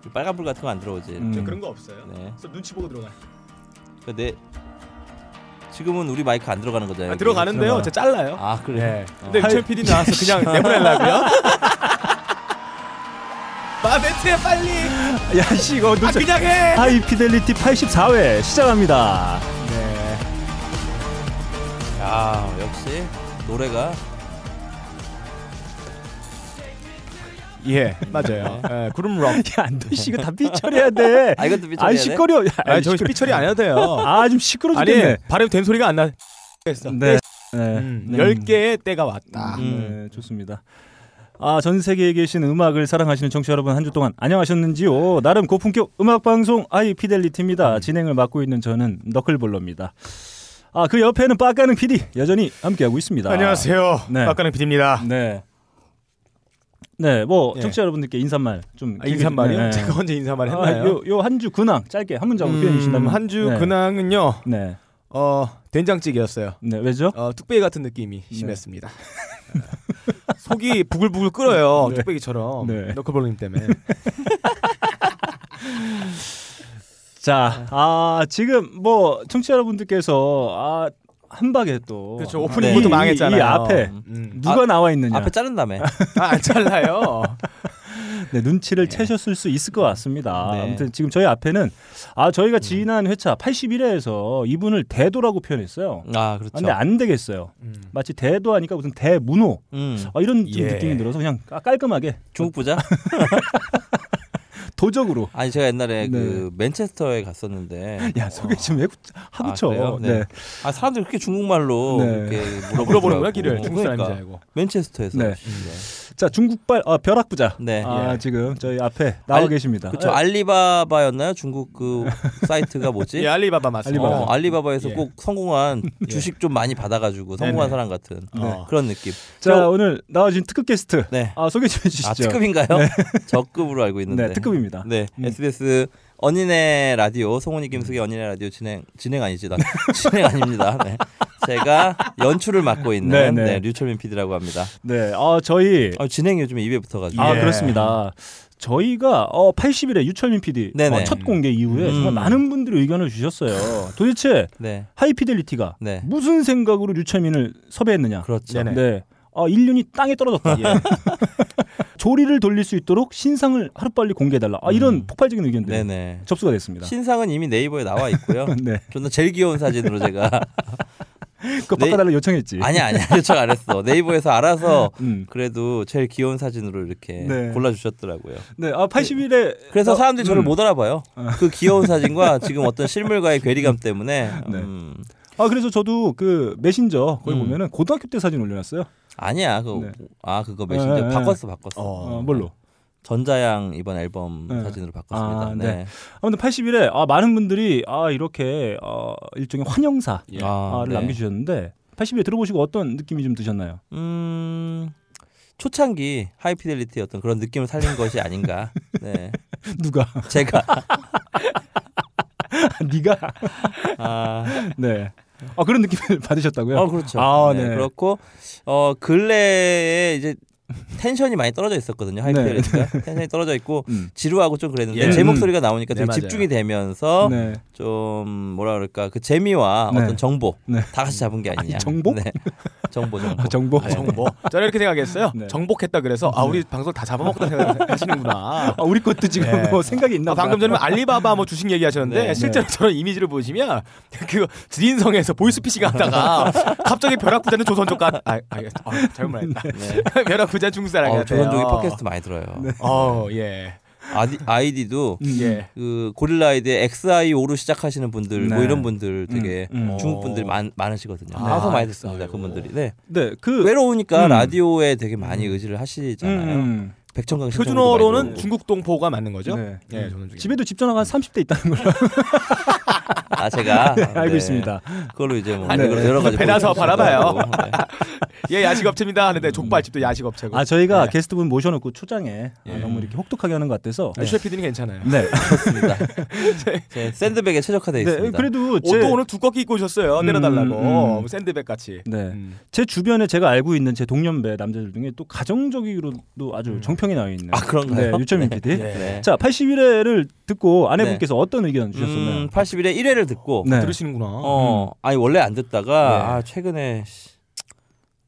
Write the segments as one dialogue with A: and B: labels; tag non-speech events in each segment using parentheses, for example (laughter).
A: 좀 빨간 불 같은 거 안 들어오지.
B: 음.
C: 저 그런 거 없어요.
A: 네.
C: 그래서 눈치 보고 들어가요.
A: 그내 지금은 우리 마이크 안 들어가는 거잖아요.
C: 아, 들어가는데요.
B: 들어가요.
C: 제가 잘라요.
A: 아 그래.
B: 네.
C: 근데
B: 할-
C: 최 PD 나와서 그냥 (laughs) 내보내려고요. 마베트야 빨리.
B: 야씨 이거
C: 아
B: 눈치.
C: 그냥 해.
B: 하이 피델리티 84회 시작합니다. 네.
A: 야 아, 역시 노래가
C: 예 맞아요. 예, 구름 (laughs) 럭.
B: 야안돼 이거 다 삐처리해야 돼.
A: 아 이것도 미쳐야
B: 아 시끄러.
C: 아, 저 삐처리 안 해도 돼요.
B: 아좀 시끄러
C: 아니
B: 죽겠네.
C: 발음 된 소리가 안 나. 했어.
B: 네. 네.
C: 음, 아,
B: 네.
C: 10개의 때가 왔다.
A: 음.
B: 네, 좋습니다. 아, 전 세계에 계신 음악을 사랑하시는 청취자 여러분 한 주 동안 안녕하셨는지요? 나름 고품격 음악 방송 아이
C: 음.
B: 피델리티입니다. 진행을 맡고 있는 저는 너클볼러입니다. 아, 그 옆에는 빠까는 PD 여전히 함께하고 있습니다.
C: 안녕하세요.
B: 음. 네.
C: 박가능 PD입니다.
B: 네. 네, 뭐
C: 예.
B: 청취자 여러분들께 인사말 좀
C: 아, 인사말이요?
B: 네.
C: 제가 언제 인사말
B: 아,
C: 했나요? 음,
B: 요, 요 한 주 근황 짧게 한 문장으로 표현해 주신다면
C: 한주
B: 네.
C: 근황은요.
B: 네.
C: 어, 된장찌개였어요.
B: 네, 왜죠?
C: 어, 뚝배기 같은 느낌이 심했습니다. (laughs) 속이 부글부글 끓어요.
B: 네.
C: 뚝배기처럼.
B: 네.
C: 너클볼님 때문에.
B: 자, 아 지금 뭐 청취자 여러분들께서 아 한박에 또 네,
C: 그렇죠.
A: 오프닝부터
B: 이-
C: 망했잖아요.
B: 이 앞에
C: 음.
B: 누가 나와 있느냐?
A: 앞에 자른 다음에
C: 아, 안 잘라요.
B: 네, 눈치를 채셨을 수 있을 것 같습니다.
A: 네.
B: 아무튼 지금 저희 앞에는 아
C: 음.
B: 저희가 지난 회차 81회에서 이분을 대도라고 표현했어요.
A: 아
B: 아,
A: 그렇죠.
B: 근데 안 되겠어요.
C: 음.
B: 마치 대도하니까 무슨 대문호
A: 음.
B: 아, 이런 좀
C: 예.
B: 느낌이 들어서 그냥 깔- 깔끔하게
A: 중국 부자?
B: 도적으로
A: 아니 제가 옛날에
B: 네.
A: 그 맨체스터에 갔었는데
B: 야 소개 좀왜
A: 아,
B: 하고쳐.
A: 그래요? 네. 아 사람들이 그렇게 중국말로
B: 네.
A: 이렇게 물어보더라고.
C: 뭐 물어보는구나 길을. 중국 사람인지
A: 그러니까
C: 알고.
A: 맨체스터에서.
B: 네.
A: 네.
B: 자 중국발 아, 벼락부자.
A: 네.
B: 아 지금 저희 앞에 나와
A: 알-
B: 계십니다.
A: 그쵸 알리바바였나요? 중국 그 사이트가 뭐지?
C: (laughs) 예, 알리바바 맞습니다.
B: 알리바바.
A: 어, 알리바바에서
C: 예.
A: 꼭 성공한 주식 좀 많이 받아가지고 성공한 사람 같은
C: 네.
A: 그런 느낌.
B: 자 오늘 나와주신 특급 게스트
A: 네.
B: 어. 아 소개 좀 해주시죠.
A: 아 특급인가요? (laughs) 저급으로 알고 있는데.
B: 네 특급입니다.
A: 네, SBS 언니네 라디오 송은이 김숙의
B: 음.
A: 언니네 라디오 진행 진행 아니지 나 (laughs) 진행 아닙니다. 네. 제가 연출을 맡고 있는
B: 네,
A: 네,
B: 네.
A: 류철민 PD라고 합니다.
B: 네, 아 저희
A: 아, 진행 요즘에 입에 붙어가지고.
B: 아
C: 예.
B: 그렇습니다. 저희가 어, 80일에 유철민 PD
A: 네네.
B: 어, 첫 공개 이후에
A: 음.
B: 정말 많은 분들이 의견을 주셨어요. 도대체
A: 네,
B: 하이피델리티가
A: 네,
B: 무슨 생각으로 유철민을 섭외했느냐?
A: 그렇죠.
C: 네네.
B: 네. 아, 인륜이 땅에 떨어졌다.
A: 예.
B: (laughs) 조리를 돌릴 수 있도록 신상을 하루빨리 공개해달라. 아, 이런
A: 음.
B: 폭발적인 의견들이
A: 네, 네.
B: 접수가 됐습니다.
A: 신상은 이미 네이버에 나와 있고요.
B: (laughs) 네.
A: 존나 제일 귀여운 사진으로
B: (laughs)
A: 제가
B: 그거
A: 네.
B: 바꿔달라 요청했지.
A: 아니야 아니야 요청 안 했어 네이버에서 알아서
B: 음.
A: 그래도 제일 귀여운 사진으로 이렇게
B: 네.
A: 골라주셨더라고요.
B: 네, 아, 80일에. 어, 음.
A: 그래서 사람들이 저를 못 알아봐요. 그
B: (laughs)
A: 귀여운 사진과 지금 어떤 실물과의 괴리감 때문에
B: 네.
A: 음,
B: 아, 그래서 저도 그 메신저, 거기
A: 음.
B: 보면은 고등학교 때 사진 올려놨어요.
A: 아니야 그거
B: 네.
A: 아 그거 메신저
B: 네, 네.
A: 바꿨어 바꿨어
C: 어.
B: 어, 뭘로?
A: 전자양 이번 앨범
B: 네.
A: 사진으로 바꿨습니다.
B: 아,
A: 네.
B: 아무튼 80일에 아, 많은 분들이 아, 이렇게 어, 일종의 환영사를
C: 예.
A: 아, 네.
B: 남겨주셨는데 80일에 들어보시고 어떤 느낌이 좀 드셨나요? (laughs)
A: 음 초창기 하이피델리티 어떤 그런 느낌을 살린 것이 아닌가.
B: (laughs)
A: 네
B: 누가?
A: 제가
B: 네가?
A: 아,
B: 네. 아, 그런 느낌을 받으셨다고요?
A: 어 그렇죠.
B: 아,
A: 네,
B: 네.
A: 그렇고 어 근래에 이제 텐션이 많이 떨어져 있었거든요.
B: (laughs)
A: 하이피델리티가 텐션이 떨어져 있고
B: 네. 음.
A: 지루하고 좀 그랬는데
C: 예.
A: 제
B: 음.
A: 목소리가 나오니까
C: 네,
A: 되게
C: 맞아요.
A: 집중이 되면서
B: 네.
A: 좀 뭐라 그럴까 그 재미와
B: 네.
A: 어떤 정보
B: 네.
A: 다 같이 잡은 게 아니냐.
B: 아, 정보?
A: 네. 정보 정보.
B: (laughs) 아, 정보.
C: 아, 정보. 저는 이렇게 생각했어요.
B: 네.
C: 정복했다 그래서 아 우리 방송 다 잡아먹었다 생각하시는구나.
B: (laughs) 아, 우리 것도 지금
C: 네.
B: 뭐 생각이
C: 아,
B: 있나
C: 방금 전에 알리바바 뭐 주식 얘기하셨는데
A: 네.
C: 실제로 저런 이미지를 보시면 그 드인성에서
A: (laughs)
C: 보이스피싱 하다가 갑자기 벼락부자는 조선족 같. 아, 아, 아 잘못 말했다.
A: 네.
C: 벼락부자 중국 사람
A: 어,
C: 같아요.
A: 조선족이 팟캐스트 많이 들어요.
C: 어 예.
A: 아디, 아이디도
B: 네.
C: 예.
A: 그 고릴라이드의 XIO로 시작하시는 분들 뭐
B: 네.
A: 이런 분들 되게
B: 음, 음.
A: 중국 분들이 많, 많으시거든요.
C: 아,
A: 방송 많이 듣습니다.
C: XIO.
A: 그분들이. 네.
B: 네. 그
A: 외로우니까
B: 음.
A: 라디오에 되게 많이 의지를 하시잖아요.
B: 음,
A: 백천강 신청곡도 많이
C: 그 표준어로는
A: 들어오고.
C: 중국 동포가 맞는 거죠?
B: 네.
C: 예, 조선족.
B: 집에도 집전화가 한 30대 있다는 걸로.
A: 아, 아 제가
B: 알고
A: 네.
B: 있습니다.
A: 그걸로 이제 뭐
C: 아니,
A: 여러- 여러 가지
C: 배나서
A: 보여주시고.
C: 바라봐요.
A: 네.
C: 예 야식업체입니다 하는데 족발집도 야식업체고.
B: 아 저희가
C: 네.
B: 게스트분 모셔놓고 초장에 아, 너무 이렇게 혹독하게 하는 것 같아서
C: 아, 슈 PD는 괜찮아요.
B: 네,
A: 그렇습니다. 제 샌드백에 최적화돼
B: 네
A: 있습니다.
B: 그래도 제
C: 옷도 어, 오늘 두껍게 입고 오셨어요.
B: 음,
C: 내려달라고 뭐
B: 음.
C: 샌드백 같이.
B: 네.
C: 음.
B: 제 주변에 제가 알고 있는 제 동년배 남자들 중에 또 가정적으로도 아주 정평이 나와 있는
A: 아 그런가요?
B: 네, 유철민 PD.
A: 네. 네.
B: 자, 81회를 듣고 아내분께서 어떤 의견 주셨었나요?
A: 음, 81에 1회를 듣고
B: 네.
C: 들으시는구나.
A: 어 아니 원래 안 듣다가
C: 네.
A: 아 최근에 씨.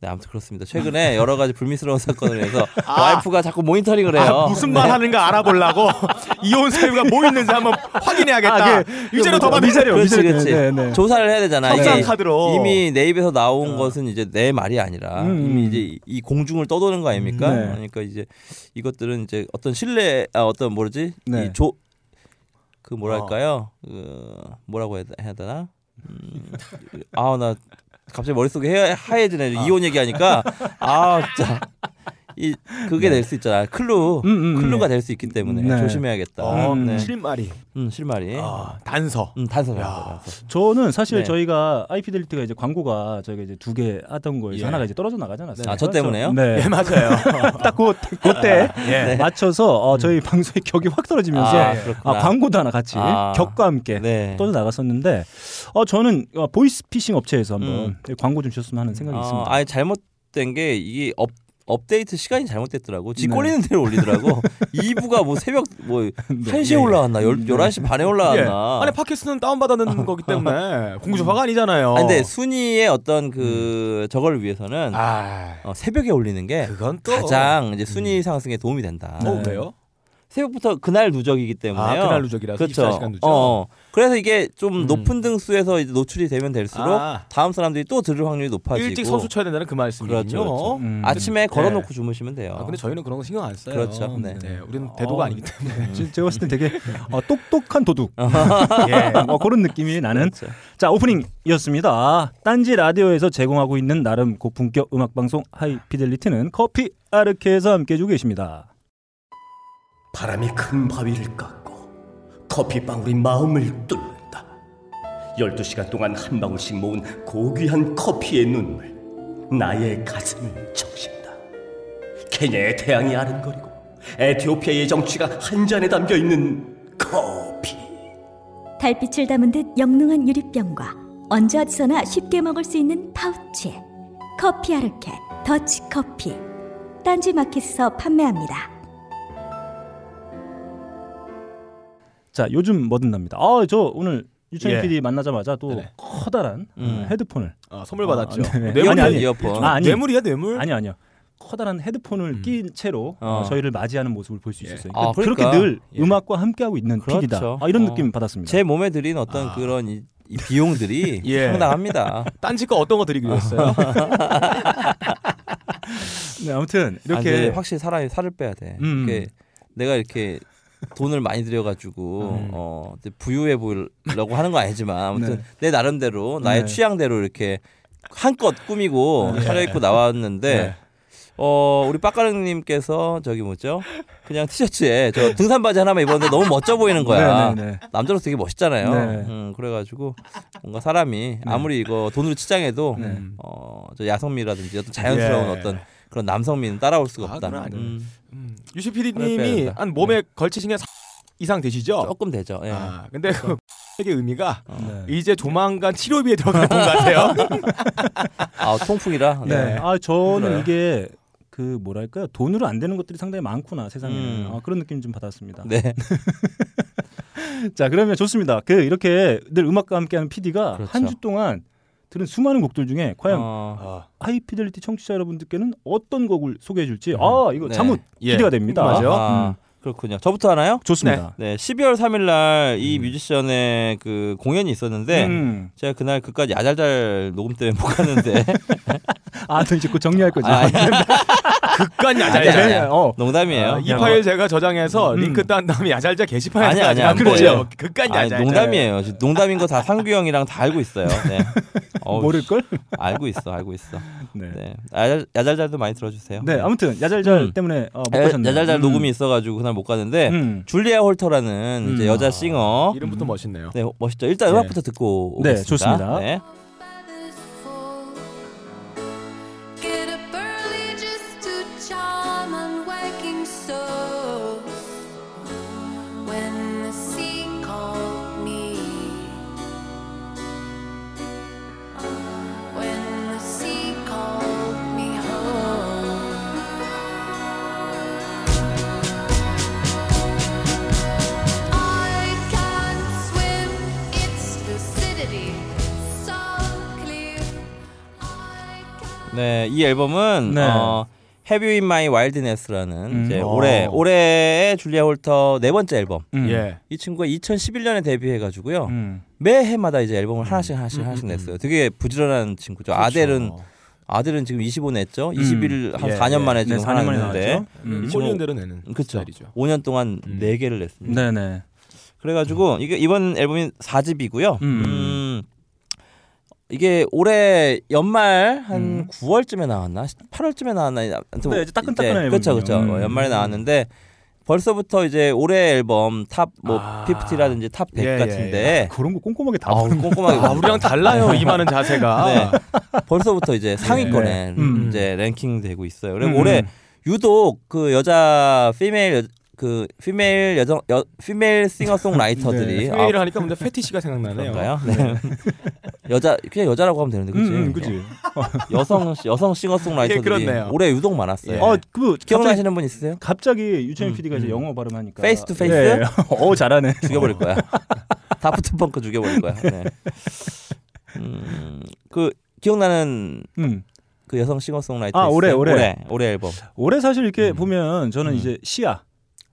A: 네 아무튼 그렇습니다. 최근에 여러 가지 불미스러운 (laughs) 사건을 해서
C: 아.
A: 와이프가 자꾸 모니터링을 해요. 네.
C: 아, 무슨 말 하는가 알아보려고 이혼 사유가 뭐 있는지 한번 확인해야겠다.
B: 아,
C: 이제로 더 받은
B: 미자료,
A: 그렇지
B: 미자료.
A: 그렇지
B: 네, 네.
A: 조사를 해야 되잖아
C: 협상
A: 이게
C: 카드로.
A: 이미 내 입에서 나온 것은 이제 내 말이 아니라
B: 음,
A: 이미
B: 음.
A: 이제 이- 이 공중을 떠도는 거 아닙니까
B: 네.
A: 그러니까 이제 이것들은 이제 어떤 신뢰 아 어떤 뭐지
B: 네. 어.
A: 이 조 그 뭐랄까요 그 뭐라고 해야, 해야 되나 음, 아우 나 갑자기 머릿속에 해, 하얘지네 이혼 얘기하니까 아 진짜 이 그게 될 수 있잖아 클루
B: 네. 음, 음,
A: 클루가
B: 네.
A: 될 수 있기 때문에
B: 네.
A: 조심해야겠다
C: 어,
B: 음, 네.
C: 실마리.
A: 음 실말이
C: 아, 단서.
A: 음 단서 단서,
C: 야.
A: 단서
B: 저는 사실
A: 네.
B: 저희가 아이피델리티가 이제 광고가 저희가 이제 두 개 하던 거에서
C: 예.
B: 하나가 이제 떨어져 나가지 않았어요.
A: 아, 저 때문에요?
B: 네.
A: (laughs)
C: 예, 맞아요.
B: 딱그 그때 (laughs)
C: 예.
B: 맞춰서 어, 저희 방송의 격이 확 떨어지면서
A: 음. 아,
B: 아,
A: 그렇구나.
B: 광고도 하나 같이
A: 아.
B: 격과
C: 예.
B: 함께
A: 네.
B: 떨어져 나갔었는데 어, 저는 어, 보이스피싱 업체에서 한번 예,
A: 음.
B: 광고 좀 주셨으면 하는 생각이 있습니다.
A: 아예 잘못된 게 이게 업 업데이트 시간이 잘못됐더라고. 지
B: 네.
A: 꼴리는 대로
C: (laughs)
A: 올리더라고. 2부가 뭐 새벽 뭐 1시에 올라왔나? 열, 11시 반에
C: 네. 예.
A: 올라왔나?
C: 아니 팟캐스트는 다운받아는 거기 때문에 공주파가 아니잖아요.
A: 아니, 근데 순위의 어떤 그 저걸 위해서는
C: 어. 음. 아,
A: 어, 새벽에 올리는 게
C: 그건 또 음.
A: 가장 이제 순위 상승에 도움이 된다.
C: 어,
B: 네.
C: 왜요?
A: 새벽부터 그날 누적이기 때문에요.
C: 아, 그날 누적이라서
A: 그렇죠.
C: 24시간 누적.
A: 어, 어. 그래서 이게 좀
C: 음.
A: 높은 등수에서 이제 노출이 되면 될수록
C: 아.
A: 다음 사람들이 또 들을 확률이 높아지고
C: 일찍 선수 쳐야 된다는 그 말씀이군요.
A: 그렇죠, 그렇죠.
B: 음.
A: 아침에 걸어놓고
C: 네.
A: 주무시면 돼요.
C: 아, 근데 저희는 그런 거 신경 안 써요.
A: 그렇죠. 네.
C: 우리는 대도가
B: 어,
C: 아니기 때문에.
B: 지- 제가 봤을 때 되게 어, 똑똑한 도둑 (laughs)
C: 예.
B: 어, 그런 느낌이 나는 자 오프닝이었습니다. 딴지 라디오에서 제공하고 있는 나름 고품격 음악 방송 하이피델리티는 커피 아르케에서 함께해주고 계십니다.
D: 바람이 큰 바위를 깎고 커피방울이 마음을 뚫는다. 12시간 동안 한 방울씩 모은 고귀한 커피의 눈물 나의 가슴을 적신다. 케냐의 태양이 아른거리고 에티오피아의 정취가 한 잔에 담겨 있는 커피.
E: 달빛을 담은 듯 영롱한 유리병과 언제 어디서나 쉽게 먹을 수 있는 파우치에 커피 아르케 더치커피 딴지 마켓에서 판매합니다.
B: 자 요즘 뭐든 납니다. 아저 오늘 유천희
C: 예.
B: PD 만나자마자 또
C: 네네.
B: 커다란 어,
A: 음.
B: 헤드폰을
C: 아, 선물 받았죠.
B: 아, 네.
C: 뇌물이
B: 아니, 아니.
A: 이어폰. 음.
B: 아, 아니.
C: 뇌물이야 뇌물.
B: 아니요 아니요 커다란 헤드폰을 낀 채로 어,
A: 어.
B: 저희를 맞이하는 모습을 볼 수 있었어요.
A: 아,
B: 그렇게
A: 그러니까.
B: 늘
C: 예.
B: 음악과 함께하고 있는
A: 그렇죠.
B: PD다. 아, 이런
A: 어.
B: 느낌 받았습니다. 아.
A: 제 몸에 들인 어떤 그런 이, 이
B: (laughs)
A: 비용들이
C: 예.
A: 상당합니다.
C: 딴지 거 어떤 거 드리기로 했어요?
B: 네, 아무튼
A: 이렇게
B: 이렇게
A: 확실히 사람이 살을 빼야 돼.
B: 음.
A: 이렇게 내가 이렇게 돈을 많이 들여가지고 어, 이제 부유해 보이려고 하는 건 아니지만 아무튼
B: 음. 네.
A: 내 나름대로 나의
B: 네.
A: 취향대로 이렇게 한껏 꾸미고 차려입고 나왔는데
B: 네.
A: 어 우리 빡가릉님께서 저기 뭐죠? 그냥 티셔츠에 저 등산 바지 하나만 입었는데 너무 멋져 보이는 거야.
B: 네, 네, 네.
A: 남자로서 되게 멋있잖아요.
B: 네.
A: 음, 그래가지고 뭔가 사람이 아무리 이거 돈으로 치장해도
B: 네.
A: 어저 야성미라든지 어떤 자연스러운
C: 예.
A: 어떤 네. 그런 남성미는 따라올 수가
C: 아,
A: 없다.
C: 그건 아니에요.
A: 음,
C: 음, 유시
A: 살을 아, 빼야
C: PD님이
A: 된다. 네.
C: 한 몸에 걸치신 게 사- 이상 되시죠?
A: 조금 되죠. 예.
C: 아, 근데 그 X의 의미가
A: 어.
B: 네.
C: 이제 조만간 치료비에 들어갈
A: (laughs)
C: 것 같아요.
A: 아
B: (laughs)
A: 통풍이라. 네.
B: 네. 아 저는
A: 힘들어요.
B: 이게 그 뭐랄까요 돈으로 안 되는 것들이 상당히 많구나 세상에는
A: 음.
B: 아, 그런 느낌 좀 받았습니다.
A: 네.
B: 네. 자 그러면 좋습니다. 그 이렇게 늘 음악과 함께하는 PD가
A: 그렇죠.
B: 한 주 동안 들은 수많은 곡들 중에 과연
A: 어,
C: 아,
B: 하이피델리티 청취자 여러분들께는 어떤 곡을 소개해줄지 아 이거
A: 네.
B: 잠옷
C: 예.
B: 기대가 됩니다.
C: 궁금하죠?
A: 아, 그렇군요. 저부터 하나요?
B: 좋습니다.
A: 네. 12월 3일 날 이 뮤지션의 그 공연이 있었는데
B: 음.
A: 제가 그날 그까지 야잘잘 녹음 때문에 못 갔는데
B: 아, 아또 이제 곧 정리할 거죠.
A: 아,
C: 극간
A: 아니, 아니,
C: 야잘자. 네.
A: 아니야.
B: 어.
A: 농담이에요. 뭐.
C: 이 파일 제가 저장해서 링크 딴 다음에 야잘자 게시판에
A: 아니, 아니,
C: 한
A: 안
C: 거예요.
A: 거예요.
C: 극간
A: 아니,
C: 야잘자.
A: 농담이에요. 지금 농담인 거 다 상규 형이랑 다 알고 있어요. 네. 어우,
B: (laughs) 모를 걸?
A: 알고 있어, 알고 있어.
B: 네. 네.
A: 네. 야잘, 야잘잘도 많이 들어주세요. 네.
B: 아무튼 야잘잘
A: 음.
B: 때문에 어, 못
A: 야-
B: 가셨네요.
A: 야잘잘
B: 음.
A: 녹음이 있어가지고 그날 못 갔는데
B: 음.
A: 줄리아 홀터라는 이제
B: 음.
A: 여자 싱어.
C: 이름부터 멋있네요.
A: 네, 멋있죠. 일단
C: 네.
A: 음악부터 듣고
B: 네,
A: 오겠습니다.
B: 좋습니다.
A: 네.
F: Get up early just to charm unwaking souls. When the sea called me, when the sea called me home. I can't swim its lucidity, so clear. I can't.
A: 네, 이 앨범은
B: 네.
A: 어, Have You In My Wildness라는
B: 음.
A: 이제
C: 어.
A: 올해 올해의 줄리아 홀터 네 번째 앨범.
B: 음.
C: 예.
A: 이 친구가 2011년에 데뷔해가지고요.
B: 음.
A: 매 해마다 이제 앨범을 하나씩 하나씩 하나씩 냈어요. 되게 부지런한 친구죠.
B: 그렇죠.
A: 아델은 아델은 지금 25 냈죠. 21을 한
C: 예,
A: 4년
C: 예.
A: 만에
B: 음.
A: 지금
B: 네, 4년
A: 뭐 하나
B: 만에
A: 냈는데
B: 나왔죠. 음.
A: 친구-
C: 꼴리는 대로 내는
A: 뭐, 그렇죠.
C: 스타일이죠.
A: 5년 동안
C: 음.
A: 네 4개를 냈습니다.
B: 네, 네.
A: 그래가지고 이게 이번 앨범이 4집이고요.
B: 음.
A: 음. 이게 올해 연말 한
B: 음.
A: 9월쯤에 나왔나? 8월쯤에 나왔나? 아무튼
B: 네, 이제 따끈따끈한
A: 그렇죠,
B: 앨범이네요.
A: 그렇죠.
B: 음.
A: 연말에 나왔는데 벌써부터 이제 올해 앨범 탑뭐
C: 아.
A: 50라든지 탑 100
C: 예, 예,
A: 같은데
B: 그런 거 꼼꼼하게 다
A: 아,
B: 보는
A: 우리 꼼꼼하게
C: 아, 우리랑 달라요.
A: 네.
C: 이만한
A: (laughs)
C: 자세가. 아,
A: 벌써부터 이제 상위권에
B: 네. 음.
A: 이제 랭킹되고 있어요.
B: 음,
A: 그리고
B: 음.
A: 올해 유독 그 여자 피메일 여, 그 피메일 여정 여, 피메일
B: (laughs)
A: 싱어송라이터들이
C: 네.
A: 아,
C: 회의를 하니까 근데 패티시가 생각나네요.
A: 그런가요? 네. (laughs) 여자 그냥 여자라고 하면 되는데 그치?
B: 음, 음, 그지.
A: 여성 여성
C: 예,
A: 싱어송라이터들이
C: 그렇네요.
A: 올해 유독 많았어요.
C: 예.
B: 어, 그 갑자기,
A: 기억나시는 분 있으세요?
B: 갑자기 유채민
A: 음,
B: PD가 이제 영어 발음하니까
A: Face to face?
B: 예. (laughs) 어, 잘하네.
A: 죽여버릴 거야. 다프트 펑크 죽여버릴 거야. 네. 음, 그 기억나는
B: 음.
A: 그 여성 싱어송라이터
B: 아, 올해,
A: 있어요?
B: 올해.
A: 올해 올해 앨범
B: 올해 사실 이렇게
A: 음.
B: 보면 저는 이제 시아,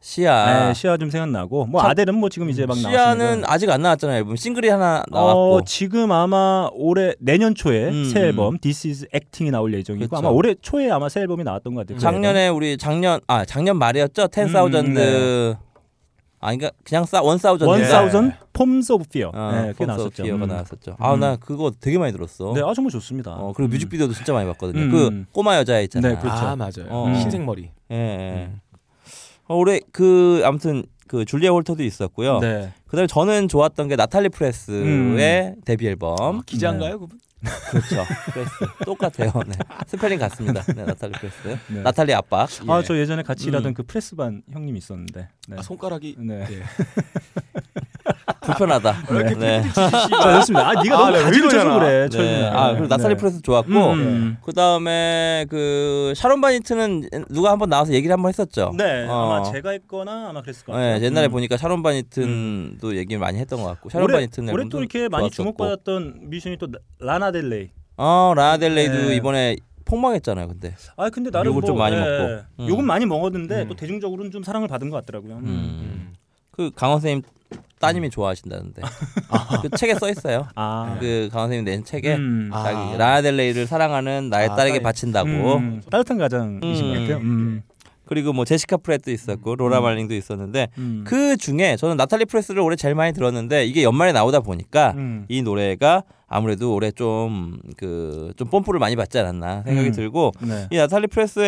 A: 시아
B: 네, 시아 좀 생각나고 뭐
A: 참-
B: 아델은 뭐 지금 이제 막
A: 시아는
B: 나왔습니다.
A: 아직 안 나왔잖아요. 앨범 싱글이 하나 나왔고
B: 어, 지금 아마 올해 내년 초에
A: 음,
B: 새
A: 음.
B: 앨범 This Is Acting이 나올 예정이고
A: 그렇죠. 음.
B: 아마 올해 초에 아마 새 앨범이 나왔던 것 같아요.
A: 작년에 우리 작년 아 작년 말이었죠. 텐
B: 네. 음,
A: 사우전드
B: 네.
A: 아니 그러니까 그냥 싸원 사우전드
B: 원
C: 네.
B: 사우전 폼스 오브 피어.
A: 아,
B: 네, 그게
A: 폼스 오브
B: 나왔었죠.
A: 피어가
B: 음.
A: 나왔었죠. 아,
B: 음.
A: 나 그거 되게 많이 들었어.
B: 네, 아 정말 좋습니다.
A: 어, 그리고 뮤직비디오도 진짜 많이 봤거든요.
B: 음.
A: 그 꼬마 여자 있잖아.
B: 네, 그렇죠. 음.
C: 아, 맞아요.
A: 어.
C: 흰색 머리.
A: 예. 예. 어, 올해 그 아무튼 그 줄리아 홀터도 있었고요.
B: 네.
A: 그다음에 저는 좋았던 게 나탈리
B: 음.
A: 프레스의 데뷔 앨범.
B: 아,
A: 네.
C: 기자인가요, 그분?
A: 그렇죠. (laughs) 프레스 똑같아요. 네. 스펠링 같습니다. 네, 나탈리 프레스.
B: 네.
A: 나탈리 아빠.
B: 아,
C: 예.
B: 저 예전에 같이
A: 음.
B: 일하던 그 프레스반 형님 있었는데. 네.
C: 아, 손가락이
B: 네.
C: 예.
B: 아,
A: 불편하다. 네. 네.
B: 자, 좋습니다. 아, 네가
C: 아,
B: 너무
C: 네,
B: 가지를 쳐서
C: 이러잖아.
B: 그래. 철
A: 아, 그리고 뭐. 나탈리 프레스 좋았고
B: 네. 음.
A: 그다음에 그 샤론 바니트는 누가 한번 나와서 얘기를 한번 했었죠.
B: 네.
A: 어.
B: 아마 제가 했거나 아마 그랬을 것 같아요.
A: 네, 옛날에
B: 음.
A: 보니까 샤론 바니튼도 얘기를 많이 했던 것 같고 샤론
B: 올해,
A: 바니튼
B: 올해 또 이렇게 많이
A: 좋았었고.
B: 주목받았던 뮤지션이 또 나- 라나 델레이.
A: 어 라나델레이도
B: 네.
A: 이번에 폭망했잖아요, 근데.
B: 아 근데 나름
A: 욕을
B: 뭐,
A: 좀 많이
B: 예,
A: 먹고. 음.
B: 욕은 많이 먹었는데
C: 음.
B: 또 대중적으로는 좀 사랑을 받은 것 같더라고요.
A: 음.
C: 음.
A: 그 강원 선생님 따님이
B: (laughs)
A: 좋아하신다는데 그 책에 써 있어요.
B: 아,
A: 그 강원 선생님 낸 책에
B: 음.
C: 아.
A: 자기 라나델레이를 사랑하는 나의
C: 아,
A: 딸에게
C: 딸이-
A: 바친다고.
B: 음, 따뜻한 가장이신 것 같아요. 음.
A: 그리고 뭐 제시카 프렛도 있었고 로라 말링도 있었는데
B: 음.
A: 그 중에 저는 나탈리 프레스를 올해 제일 많이 들었는데 이게 연말에 나오다 보니까
B: 음.
A: 이 노래가 아무래도 올해 좀 그 좀 뽐뿌를 많이 받지 않았나 생각이
B: 음.
A: 들고
B: 네.
A: 이 나탈리 프레스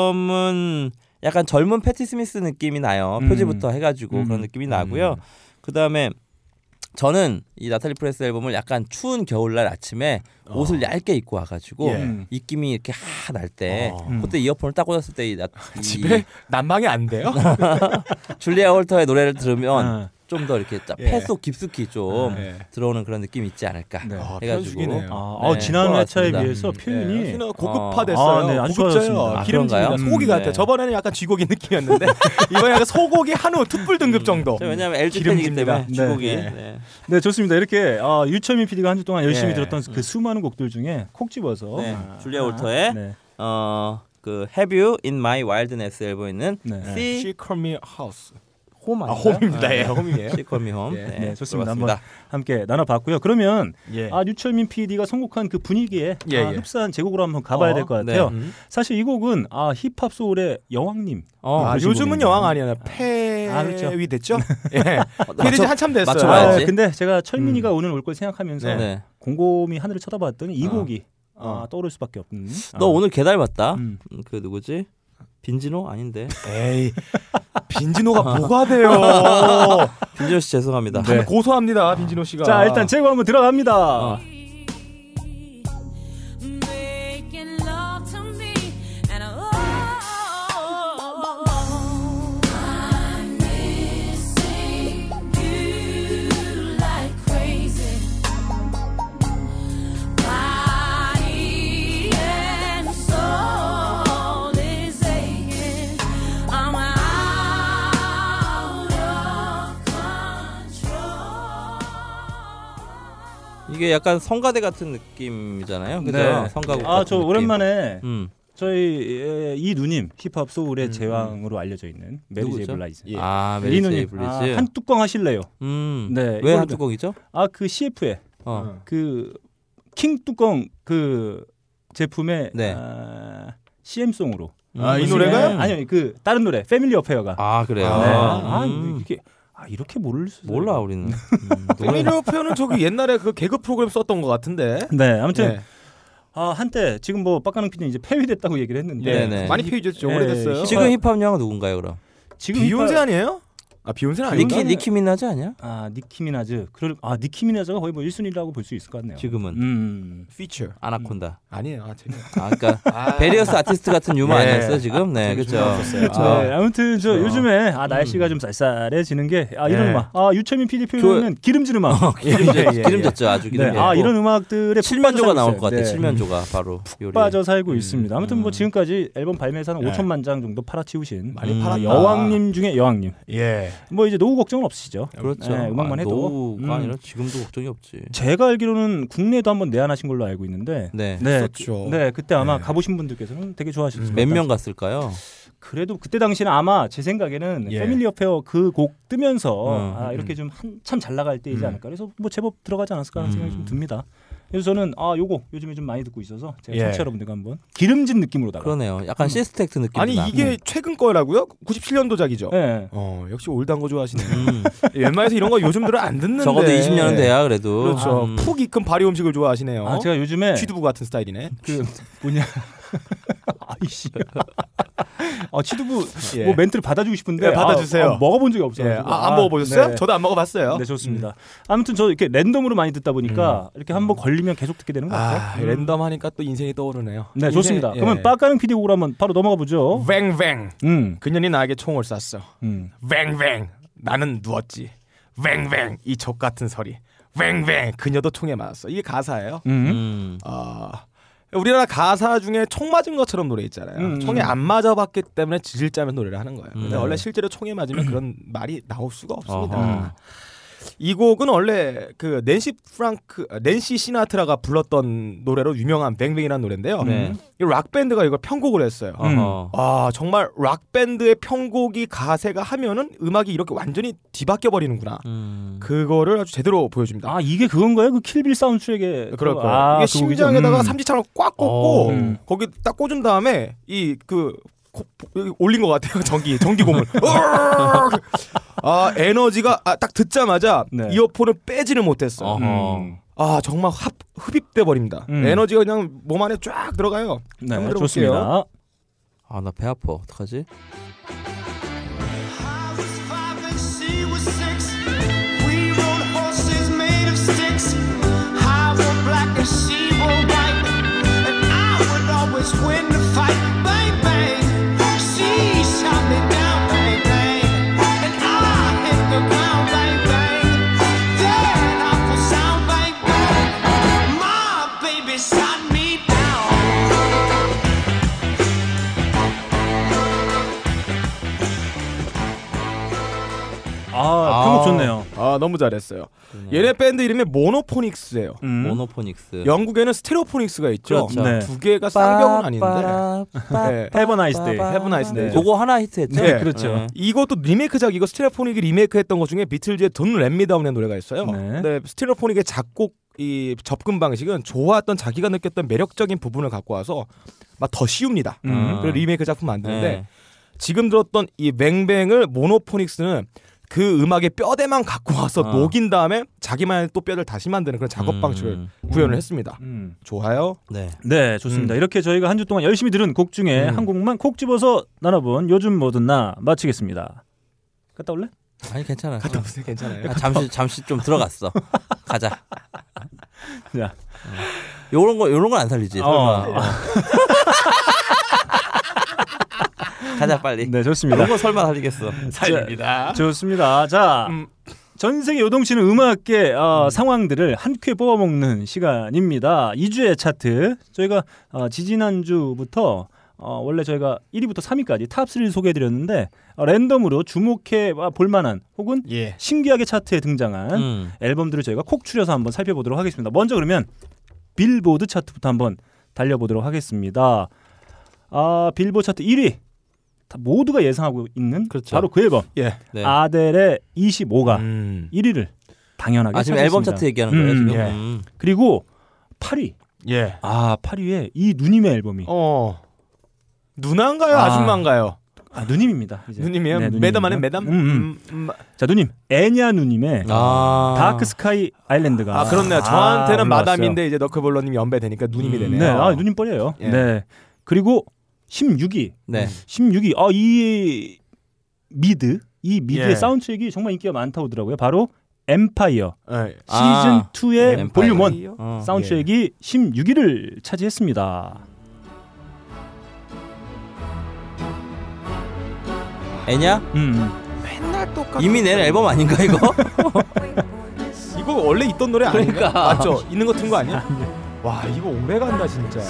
A: 앨범은 약간 젊은 패티 스미스 느낌이 나요.
B: 음.
A: 표지부터 해가지고 그런
B: 음.
A: 느낌이 나고요. 그 다음에 저는 이 나탈리 프레스 앨범을 약간 추운 겨울날 아침에 옷을 얇게 입고 와가지고
C: 어. 예.
A: 입김이 이렇게 하 날 때 음.
C: 어.
A: 그때 이어폰을 딱 꽂았을 때 이 나- 이
C: (laughs)
B: 음.
C: 집에 난방이 안 돼요?
A: 줄리아 홀터의 노래를 들으면
B: 아,
A: 좀 더 이렇게 딱
C: 어. 예.
A: 폐속 깊숙이 좀
C: 예.
A: 들어오는 그런 느낌이 있지 않을까
B: 네.
C: 아,
A: 해가지고.
C: 표현 죽이네요.
B: 아,
A: 네,
B: 어, 지난 회차에
A: 고맙습니다. 음. 네,
B: 비해서
C: 예,
B: 표현이
C: (laughs) 신화 고급화됐어요.
B: 네. 아, 네, 아주 좋아졌습니다.
C: 고급져요.
B: 아,
A: 그런가요?
C: 기름집니다. 소고기
A: 음,
C: 같아요.
A: 네.
C: 저번에는 약간
B: (laughs)
C: 쥐고기 느낌이었는데 이번에 약간 소고기 한우 특불 등급 정도.
A: 저 왜냐하면 LG 팬이기
C: 기름집니다.
A: 때문에
B: 어, 네.
A: 주곡이
C: 네.
A: 네.
B: 네 좋습니다. 이렇게 아, 유철민 PD가 한 주 동안 열심히
C: 예.
B: 들었던 그 수많은 곡들 중에 콕 집어서
A: 음. 네,
B: 아,
A: 줄리아 월터의
B: 네.
A: 어 그 Have You in My Wildness 앨범에 있는
B: 네.
A: See
C: She call me house.
G: 홈
C: 아,
G: 아닌가요?
C: 홈입니다.
A: 네.
C: 예,
G: 아,
C: 홈이에요.
A: 시커미홈.
C: 예,
B: 네, 좋습니다. 한번 함께 나눠봤고요. 그러면
C: 예.
B: 아 유철민 PD가 선곡한 그 분위기에
C: 예,
B: 아,
C: 예.
B: 흡사한 제곡으로 한번 가봐야
C: 어,
B: 될 것 같아요.
A: 네. 음.
B: 사실 이 곡은 아 힙합 소울의 여왕님.
A: 어,
C: 아,
B: 그러신
C: 요즘은
B: 분입니다.
C: 여왕 아니야. 폐위
B: 아, 그렇죠. (laughs)
C: 됐죠? 예. 폐위
A: 맞춰-
C: 한참 됐어요.
B: 아,
A: 맞춰봐야지. 음.
B: 근데 제가 철민이가 오늘 올 걸 생각하면서
A: 네. 네.
B: 곰곰이 하늘을 쳐다봤더니 이
A: 어.
B: 곡이 아,
C: 어.
B: 떠오를 수밖에 없는.
A: 너
B: 아.
A: 오늘 개달 맞다.
B: 음.
A: 음, 그 누구지? 빈지노 아닌데.
C: 에이. 빈지노가 뭐가 돼요?
A: 빈지노 씨 죄송합니다.
B: 아. (laughs) 네.
C: 고소합니다, 빈지노 씨가.
B: 자 일단 제곡 한번 들어갑니다.
A: 어.
F: Making love to me, and oh, I'm missing you like crazy. Body and soul is aching. I'm out of control.
A: 이게 약간 성가대 같은 느낌이잖아요. 그죠?
B: 네.
A: 성가곡.
B: 아
A: 같은
B: 저
A: 느낌.
B: 오랜만에
A: 음.
B: 저희 에, 이 누님 힙합 소울의 제왕으로 알려져 있는 메리 제이
A: 누구죠?
B: 블라이즈. 예.
A: 아,
B: 이
A: 메리제이
B: 누님,
A: 블리즈.
B: 아, 한 뚜껑 하실래요?
A: 음.
B: 네,
A: 왜
B: 이걸로-
A: 한 뚜껑이죠?
B: 아 그 CF에
A: 어.
B: 그 킹 뚜껑 그 제품의
A: 네.
B: 아, CM송으로.
C: 아, 이
A: 음.
C: 노래가요?
B: 아니요, 그 다른 노래 패밀리 어페어가.
A: 아, 그래요.
B: 네.
A: 아,
B: 아,
A: 음.
B: 이렇게 아 이렇게 모를 수.
A: 몰라 (laughs) 우리는. 음, 노래.
C: 페밀리오 표현은 저기 옛날에 그 개그 프로그램 썼던 것 같은데.
B: 네, 아무튼
C: 예.
B: 아 한때 지금 뭐 빡가는 피디 이제 폐위됐다고 얘기를 했는데
A: 네, 네.
C: 많이 피해졌죠.
B: 예,
C: 오래됐어요.
A: 지금 힙합 영은 누군가요, 그럼?
B: 지금
C: 비욘세
B: 힙합-
C: 아니에요? 아, 비욘세는 아닌가?
A: 니키 니키 미나즈 아니야?
B: 아 니키 미나즈 그럴 아 니키 미나즈가 거의 뭐 1순위라고 볼 수 있을 것 같네요.
A: 지금은
B: 음.
C: 피처.
A: 아나콘다.
C: 아니에요. 아, 제가.
A: 아, 그러니까
C: 아.
A: 베리어스 아티스트 같은 유머
C: 예.
A: 아니었어요 지금? 네,
C: 되게
A: 그렇죠.
C: 중요했었어요.
A: 아.
B: 네, 아무튼 저
A: 그렇죠.
B: 요즘에 아 날씨가 좀 쌀쌀해지는 게 아 이런
C: 네.
B: 음악 아 유채민 PD 표현은 기름진 음악
A: 어, 기름져,
C: 예, 예,
A: 기름졌죠 아주
B: 네,
A: 기름져. 어. 예.
B: 아 이런 음악들에 푹
A: 칠면조가
B: 빠져 살고
A: 나올
B: 있어요.
A: 것 같아. 요
B: 네.
A: 칠면조가 바로 요리.
B: 빠져 살고 있습니다. 아무튼 뭐
A: 음.
B: 지금까지 앨범 발매에서 한
C: 네.
B: 5천만 장 정도 팔아치우신
C: 많이
A: 음,
C: 팔았다.
B: 여왕님 중에 여왕님.
C: 예.
B: 뭐 이제 노후 걱정은 없으시죠?
A: 그렇죠.
B: 네, 음악만
A: 아,
B: 해도.
A: 노후가
B: 음.
A: 아니라 지금도 걱정이 없지.
B: 제가 알기로는 국내에도 한번 내한하신 걸로 알고 있는데
A: 네.
C: 있었죠.
B: 그, 네, 그때 아마
C: 네.
B: 가보신 분들께서는 되게 좋아하실 것
A: 음. 몇
B: 같아요.
A: 명 갔을까요?
B: 그래도 그때 당시는 아마 제 생각에는
C: 예. 어,
B: 패밀리 어페어 그 곡 뜨면서
A: 음,
B: 아, 이렇게 좀 한참 잘 나갈 때이지
C: 음.
B: 않을까 그래서 뭐 제법 들어가지 않았을까 하는 생각이 좀
A: 음.
B: 듭니다. 그래서 저는 아 요거 요즘에 좀 많이 듣고 있어서 제가
C: 예.
B: 청취자 여러분들과 한번 기름진 느낌으로다가
A: 그러네요. 약간 시스텍트 느낌.
C: 아니
A: 나.
C: 이게 최근 거라고요? 97년도작이죠.
B: 예.
C: 어, 역시 올드한 거 좋아하시네.
A: 음,
C: 웬만해서 이런 거 요즘들은 안 듣는데.
A: 적어도 20년은 돼야 그래도.
C: 그렇죠.
A: 음.
C: 푹 익은 발효 음식을 좋아하시네요.
B: 아 제가 요즘에
C: 어? 취두부 같은 스타일이네.
B: 그 뭐냐 (laughs)
C: (laughs)
B: 아이씨 아 취두부
C: 예.
B: 뭐 멘트를 받아주고 싶은데
C: 네, 받아주세요.
B: 아, 아, 먹어본 적이 없어요.
C: 예. 아, 안 먹어보셨어요? 저도 안 먹어봤어요. 음.
B: 네 좋습니다. 아무튼 저 이렇게 랜덤으로 많이 듣다 보니까 이렇게 한 번 걸리면 계속 듣게 되는 것 같아요.
C: 아, 랜덤 하니까 또 인생이 떠오르네요.
B: 네 좋습니다.
C: 인생-
B: 그러면
C: 예.
B: 빠까는 피디곡으로 한번 바로 넘어가 보죠.
C: 뱅뱅.
B: 음,
C: 그년이 나에게 총을 쐈어.
B: 음.
C: 뱅뱅. 나는 누웠지. 뱅뱅. 이 족 같은 소리. 뱅뱅. 그녀도 총에 맞았어. 이게 가사예요.
B: 음.
A: 음.
C: 아. 우리나라 가사 중에 총 맞은 것처럼 노래 있잖아요.
B: 음,
C: 총에
B: 음.
C: 안 맞아봤기 때문에 지질 짜면 노래를 하는 거예요. 근데
A: 음.
C: 원래 실제로 총에 맞으면 그런 말이 나올 수가 없습니다.
A: 어허.
C: 이 곡은 원래 그 낸시 프랑크, 아, 낸시 시나트라가 불렀던 노래로 유명한 뱅뱅이라는 노래인데요.
A: 네. 음.
C: 이락 밴드가 이걸 편곡을 했어요.
A: 어허.
C: 아 정말 락 밴드의 편곡이 가세가 하면은 음악이 이렇게 완전히 뒤바뀌어 버리는구나.
A: 음.
C: 그거를 아주 제대로 보여줍니다.
B: 아 이게 그건가요? 그 킬빌 사운드트랙에
C: 그럴
B: 들어가-
C: 거예요.
B: 아,
C: 이게
B: 그 곡이죠?
C: 심장에다가
B: 음.
C: 삼지창을 꽉 꽂고
A: 어.
B: 음.
C: 거기 딱 꽂은 다음에 이 그 올린 것 같아요.
B: (laughs)
C: (laughs) 전기 전기공을. 으르르르르. 아 에너지가 아, 딱 듣자마자
B: 어. 네.
C: 이어폰을 빼지는 못했어.
A: 어허.
B: 음.
C: 아 정말 합, 흡입돼 버립니다.
B: 음.
C: 에너지가 그냥 몸 안에 쫙 들어가요.
B: 네
C: 한번 들어볼게요.
B: 좋습니다.
A: 아, 나 배 아파. 어떡하지?
H: I was five and she was six. We rode horses made of sticks. I wore black and she wore white. And I would always win the fight. Bang, bang. She shot me down, bang, bang. And I hit the ground, bang, bang. Then I was sound, bang, bang. My baby shot me down.
B: 그 좋네요.
C: 아 너무 잘했어요. 얘네 밴드 이름이 모노포닉스예요.
B: 음.
A: 모노포닉스.
C: 영국에는 스테레오포닉스가 있죠.
A: 그렇죠.
B: 네.
C: 네. 두 개가 쌍벽은 아닌데
A: 아닌데.
B: Have a nice day.
C: Have a nice day.
A: 그거 하나 히트했죠.
C: 네,
B: 그렇죠.
C: 이것도 리메이크작 이거 스테레오포닉이 리메이크했던 것 중에 비틀즈의 돈 랩미다운이라는 노래가 있어요.
B: 네.
C: 근데 스테레오포닉의 작곡 이 접근 방식은 좋아했던 자기가 느꼈던 매력적인 부분을 갖고 와서 막 더 씌웁니다.
B: 음.
C: 그래서 리메이크 작품 만드는데
A: 네.
C: 지금 들었던 이 뱅뱅을 모노포닉스는 그 음악의 뼈대만 갖고 와서
A: 아.
C: 녹인 다음에 자기만의 또 뼈를 다시 만드는 그런 작업
A: 음.
C: 방식을 구현을 했습니다.
B: 음.
C: 좋아요.
A: 네.
B: 네, 좋습니다.
C: 음.
B: 이렇게 저희가 한 주 동안 열심히 들은 곡 중에 한 곡만 콕 집어서 나눠본 요즘 뭐든 나 마치겠습니다. 갔다 올래?
A: 아니 괜찮아.
C: 갔다 오세요. 괜찮아요.
A: 아, 잠시 잠시 좀 들어갔어. 가자.
B: 야.
A: 요런 거 요런 건 안 살리지.
B: 어.
A: 설마. (laughs) 가자
C: 예.
A: 빨리.
B: 네, 좋습니다.
A: 요런 거 설마 살리겠어.
B: 살립니다. 좋습니다. 자, 전 세계 요동치는 음악계 어, 상황들을 한 큐에 뽑아먹는 시간입니다. 2주의 차트. 저희가 어, 지지난주부터 어, 원래 저희가 1위부터 3위까지 탑3를 소개해드렸는데 어, 랜덤으로 주목해 볼 만한 혹은
C: 예.
B: 신기하게 차트에 등장한
A: 음.
B: 앨범들을 저희가 콕 추려서 한번 살펴보도록 하겠습니다. 먼저 그러면 빌보드 차트부터 한번 달려보도록 하겠습니다. 아 빌보드 차트 1위 다 모두가 예상하고 있는
A: 그렇죠.
B: 바로 그 앨범
C: 예.
A: 네. 아,
B: 아델의 25가
C: 음.
B: 1위를 당연하게
A: 아, 지금
B: 차지했습니다.
A: 앨범 차트 얘기하는 거예요
B: 음,
A: 지금.
C: 예.
A: 음.
B: 그리고 8위
C: 예.
B: 아 8위에 이 누님의 앨범이
A: 예.
C: 어. 누나인가요?
B: 아.
C: 아. 줌마인가요
B: 아 누님입니다.
A: 예.
B: 이제.
C: 누님이요?
B: 네,
C: 매담 아니
B: 누님이고요.
C: 매담?
B: 음, 음.
C: 음, 음.
B: 자 누님 애냐 누님의
A: 아.
B: 다크 스카이 아일랜드가
C: 아 그렇네요. 저한테는
B: 아, 올라왔어요.
C: 마담인데 이제 너클볼러님 연배되니까
A: 음.
C: 누님이 되네요.
B: 네, 아, 누님 뻘이에요.
C: 예.
B: 네. 그리고 16위.
A: 네.
B: 16위. 아, 이 미드, 이 미드의
C: 예.
B: 사운드트랙이 정말 인기가 많다고 하더라고요. 바로 엠파이어
C: 예.
A: 아,
B: 시즌 2의
A: 엠파이어.
B: 볼륨 1
A: 어.
B: 사운드트랙이 16위를 차지했습니다.
A: 애냐?
B: 음, 음.
C: 맨날 똑같.
A: 이미 낸 앨범 아닌가 이거? (laughs)
C: 이거 원래 있던 노래 아닌가?
A: 그러니까.
C: 맞죠? 있는 거 튼 거 아니야? 와 이거 오래 간다 진짜.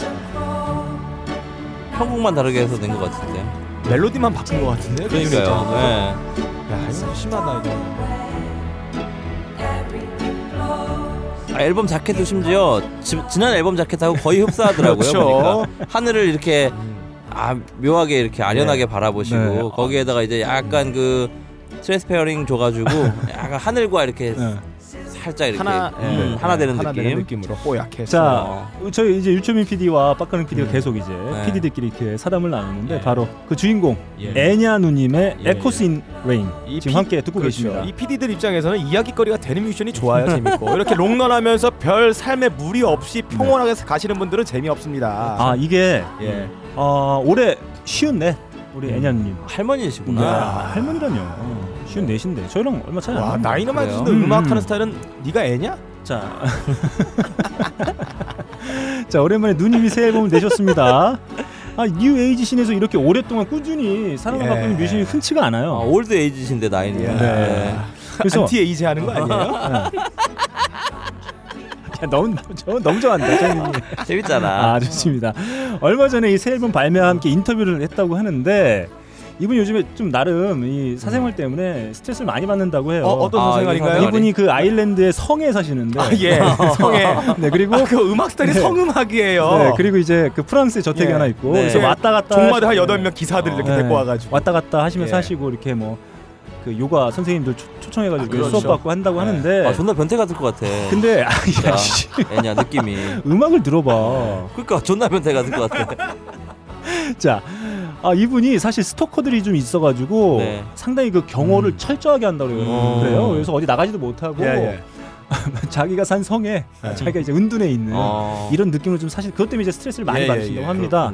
A: 편곡만 다르게 해서 낸 것 같은데.
C: 멜로디만 바꾼 거 같은데.
A: 그러니까요. 네.
C: 야 이거 심하다 이거.
A: 아, 앨범 자켓도 심지어 지, 지난 앨범 자켓하고 거의 흡사하더라고요.
C: 그렇죠.
A: 보니까 하늘을 이렇게 아, 묘하게 이렇게 아련하게 바라보시고
B: 네.
A: 거기에다가 이제 약간 그 트랜스페어링 줘가지고 약간 하늘과 이렇게
B: 네.
A: 살짝 이렇게
C: 하나
A: 음,
C: 예.
A: 하나 되는
C: 하나
A: 느낌.
C: 되는 느낌으로 뽀얗게.
B: 자, 저희 이제 유철민 PD와 빡가는 PD가
C: 음.
B: 계속 이제 PD들끼리 이렇게 사담을 나누는데 바로 그 주인공
C: 예.
B: 애냐 누님의
C: 예,
B: 에코스 인 레인
C: 이
B: 지금
C: 피-
B: 함께 듣고 계십니다.
C: 이 PD들 입장에서는 이야기거리가 되는
B: (laughs)
C: 뮤지션이 좋아요, 재밌고 이렇게 롱런하면서 별 삶에 무리 없이 평온하게 가시는 분들은 재미 없습니다.
B: 네. 아, 이게
C: 예.
B: 아 올해 쉬운네 우리 애냐 누님.
A: 할머니시구나.
B: 야, 네. 아, 할머니라뇨. 쉬운 넷인데 저희랑 얼마 차이 안
C: 아, 와
B: 납니다.
C: 나이는 많이
A: 그래요?
C: 드는데
B: 음,
C: 음악하는
B: 음.
C: 스타일은 네가 애냐?
B: 자. 자 오랜만에 누님이 새 앨범을 내셨습니다. (laughs) 아 뉴에이지 씬에서 이렇게 오랫동안 꾸준히 사랑을
C: 예.
B: 받고 있는 뮤지션이 흔치가
A: 아,
B: 않아요.
A: 올드 에이지신데 나이는.
C: 예.
A: 네.
B: 그래서
C: 안티 에이지 하는
B: (laughs)
C: 거 아니에요?
B: 야, 너무 너무- 저- 너무 좋아한다. 저희는.
A: 재밌잖아.
B: (laughs) 아 좋습니다. 얼마 전에 이 새 앨범 발매와 함께 인터뷰를 했다고 하는데 이분 요즘에 좀 나름 이 사생활 때문에 스트레스를 많이 받는다고 해요.
C: 음. 어, 어떤
A: 아,
C: 사생활인가요?
A: 이거
B: 이분이 그 아일랜드의 성에 사시는데
C: 아, (laughs) 예, 성에.
B: (laughs) 네 그리고
C: 아, (laughs) 그 음악 스타일이
B: 네.
C: 성음악이에요.
B: 네 그리고 이제 그 프랑스에 저택이
C: 예.
B: 하나 있고
A: 네.
B: 그래서 왔다 갔다
C: 종마다 한
B: 하시-
C: 여덟 명 기사들 이렇게
B: 네.
C: 데리고 와가지고.
B: 왔다 갔다 하시면서
C: 예.
B: 하시고 이렇게 뭐 그 요가 선생님들 초, 초청해가지고
C: 아, 그렇죠.
B: 수업 받고 한다고
C: 네.
B: 하는데
A: 아, 존나 변태 같을 것 같아.
B: 근데 (laughs) 아,
A: 진짜.
B: 야, 씨,
A: 애냐 느낌이.
B: 음악을 들어봐.
A: 그러니까 존나 변태 같을 것 같아.
C: 네.
B: (laughs) 자, 아 이분이 사실 스토커들이 좀 있어가지고
A: 네.
B: 상당히 그 경호를 철저하게 한다고 그래요.
A: 음.
B: 그래요. 그래서 어디 나가지도 못하고
C: 음. 예, 예.
B: (laughs) 자기가 산 성에 자기가 이제 은둔에 있는
A: 어.
B: 이런 느낌으로 좀 사실 그것 때문에 이제 스트레스를 많이
C: 예, 예,
B: 받으신다고
C: 예.
B: 합니다.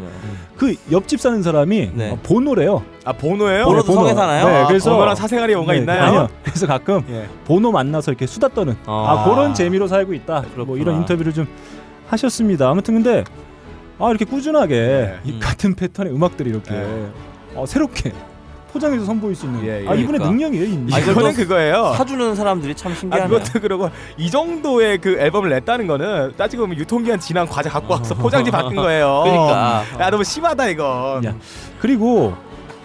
A: 그렇군요.
B: 그 옆집 사는 사람이
A: 네.
B: 어, 보노래요.
C: 아 보노예요?
A: 보노도
B: 보노.
A: 성에 사나요?
B: 네,
C: 아,
B: 그래서
C: 보노랑 사생활이 뭔가
B: 네,
C: 있나요?
B: 아니요. 그래서 가끔
C: 예.
B: 보노 만나서 이렇게 수다 떠는
A: 아.
B: 아 그런 재미로 살고 있다. 뭐
A: 그렇구나.
B: 이런 인터뷰를 좀 하셨습니다. 아무튼 근데 아 이렇게 꾸준하게 이
A: 음.
B: 같은 패턴의 음악들이 이렇게
C: 네.
B: 어, 새롭게 포장해서 선보일 수 있는
C: 예, 예.
B: 아 이분의
A: 그러니까.
B: 능력이에요. 이
A: 아, 이거-
C: 이거는 그거예요.
A: 사주는 사람들이 참
C: 아,
A: 신기하네요.
C: 그것도 그러고 이 정도의 그 앨범을 냈다는 거는 따지고 보면 유통기한 지난 과자 갖고 와서 포장지 바꾼 거예요.
A: 그러니까.
C: 야 너무 심하다 이거.
B: 야, (laughs) 그리고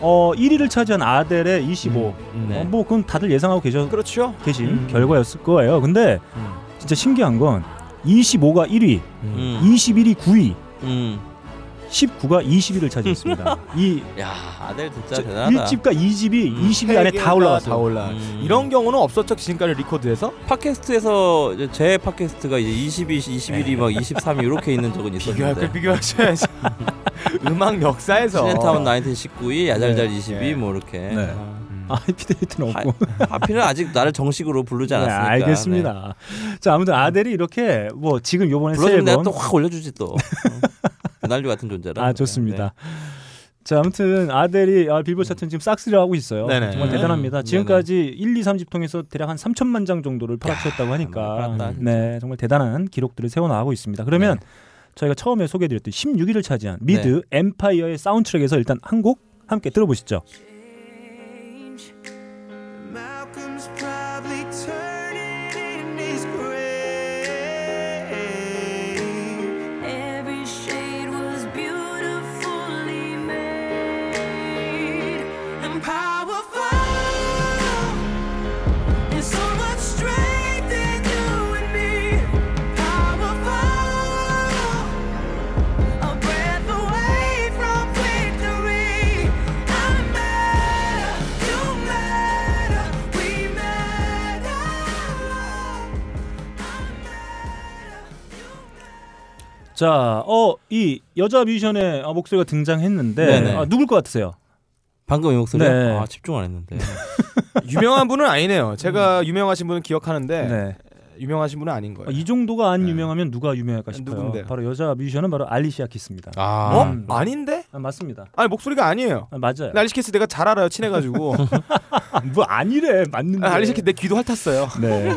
B: 어 1위를 차지한 아델의 25.
A: 네.
B: 어, 뭐 그건 다들 예상하고 계셔
C: 그렇죠.
B: 계신
A: 음.
B: 결과였을 거예요. 근데
C: 음.
B: 진짜 신기한 건 25가 1위,
A: 음.
B: 21이 9위,
A: 음.
B: 19가 20위를
A: (laughs)
B: 차지했습니다. 이
A: 야 아델 진짜
B: 저-
A: 대단하다.
B: 1집과 2집이
A: 음.
B: 20위 안에
C: 세계가
B: 다 올라왔어요.
C: 다 올라.
A: 음.
C: 이런 경우는 없었죠. 지금까지 리코드에서
A: 팟캐스트에서 이제 제 팟캐스트가 이제 22, 21이 막 23이 이렇게 있는 적은
C: 비교할 걸
A: 있었는데.
C: 비교하셔야지. 음악 역사에서
A: 시네타운 19 19이 야잘잘
C: 네,
A: 22
C: 네.
A: 뭐 이렇게.
B: 네.
C: 음.
B: 아, 피데이트는 없고.
A: 하- 하필은 아직 나를 정식으로 부르지
B: 네,
A: 않았으니까.
B: 알겠습니다. 자, 아무튼 아델이 이렇게 뭐 지금 요번에 새
A: 불러주면 내가
B: 앨범
A: 또 확 올려주지 또.
B: (laughs)
A: 날류 같은 존재라. 네,
B: 아, 좋습니다. 자, 아무튼 아델이 아, 빌보드 차트는 지금 싹쓸이를 하고 있어요.
C: 네네.
B: 정말
A: 음.
B: 대단합니다.
A: 네네.
B: 지금까지 1, 2, 3집 통해서 대략 한 3천만 장 정도를 팔아치웠다고 하니까
A: 정말 뭐 팔았다, 네.
B: 네, 정말 대단한 기록들을 세워 나가고 있습니다. 그러면 저희가 처음에 소개해 드렸던 16위를 차지한 미드 엠파이어의 사운드트랙에서 일단 한 곡 함께 들어보시죠.
H: change. Malcolm's probably turning in his grave.
F: Every shade was beautifully made.
H: And powerful, and so much strength in you and me. Powerful, a breath away from victory. I matter, you matter, we matter. I matter, you matter.
B: 자, 어, 이 여자 뮤지션의 어, 목소리가 등장했는데
A: 네네.
B: 아, 누굴 것 같으세요?
A: 방금 이 목소리.
B: 네.
A: 아 집중 안 했는데.
C: 유명한 분은 아니네요. 제가 유명하신 분은 기억하는데
B: 네.
C: 유명하신 분은 아닌 거예요.
B: 어, 이 정도가 안 유명하면 누가 유명할까 싶어요.
C: 네. 누군데요?
B: 바로 여자 뮤지션은 바로 알리시아 키스입니다. 아,
A: 아.
C: 어? 아닌데?
B: 맞습니다.
C: 아니 목소리가 아니에요.
B: 아, 맞아요.
C: 나 알리시키스 내가 잘 알아요. 친해가지고
B: 뭐 아니래 맞는데.
C: 아, 알리시키스 내 귀도 핥았어요.
B: 네.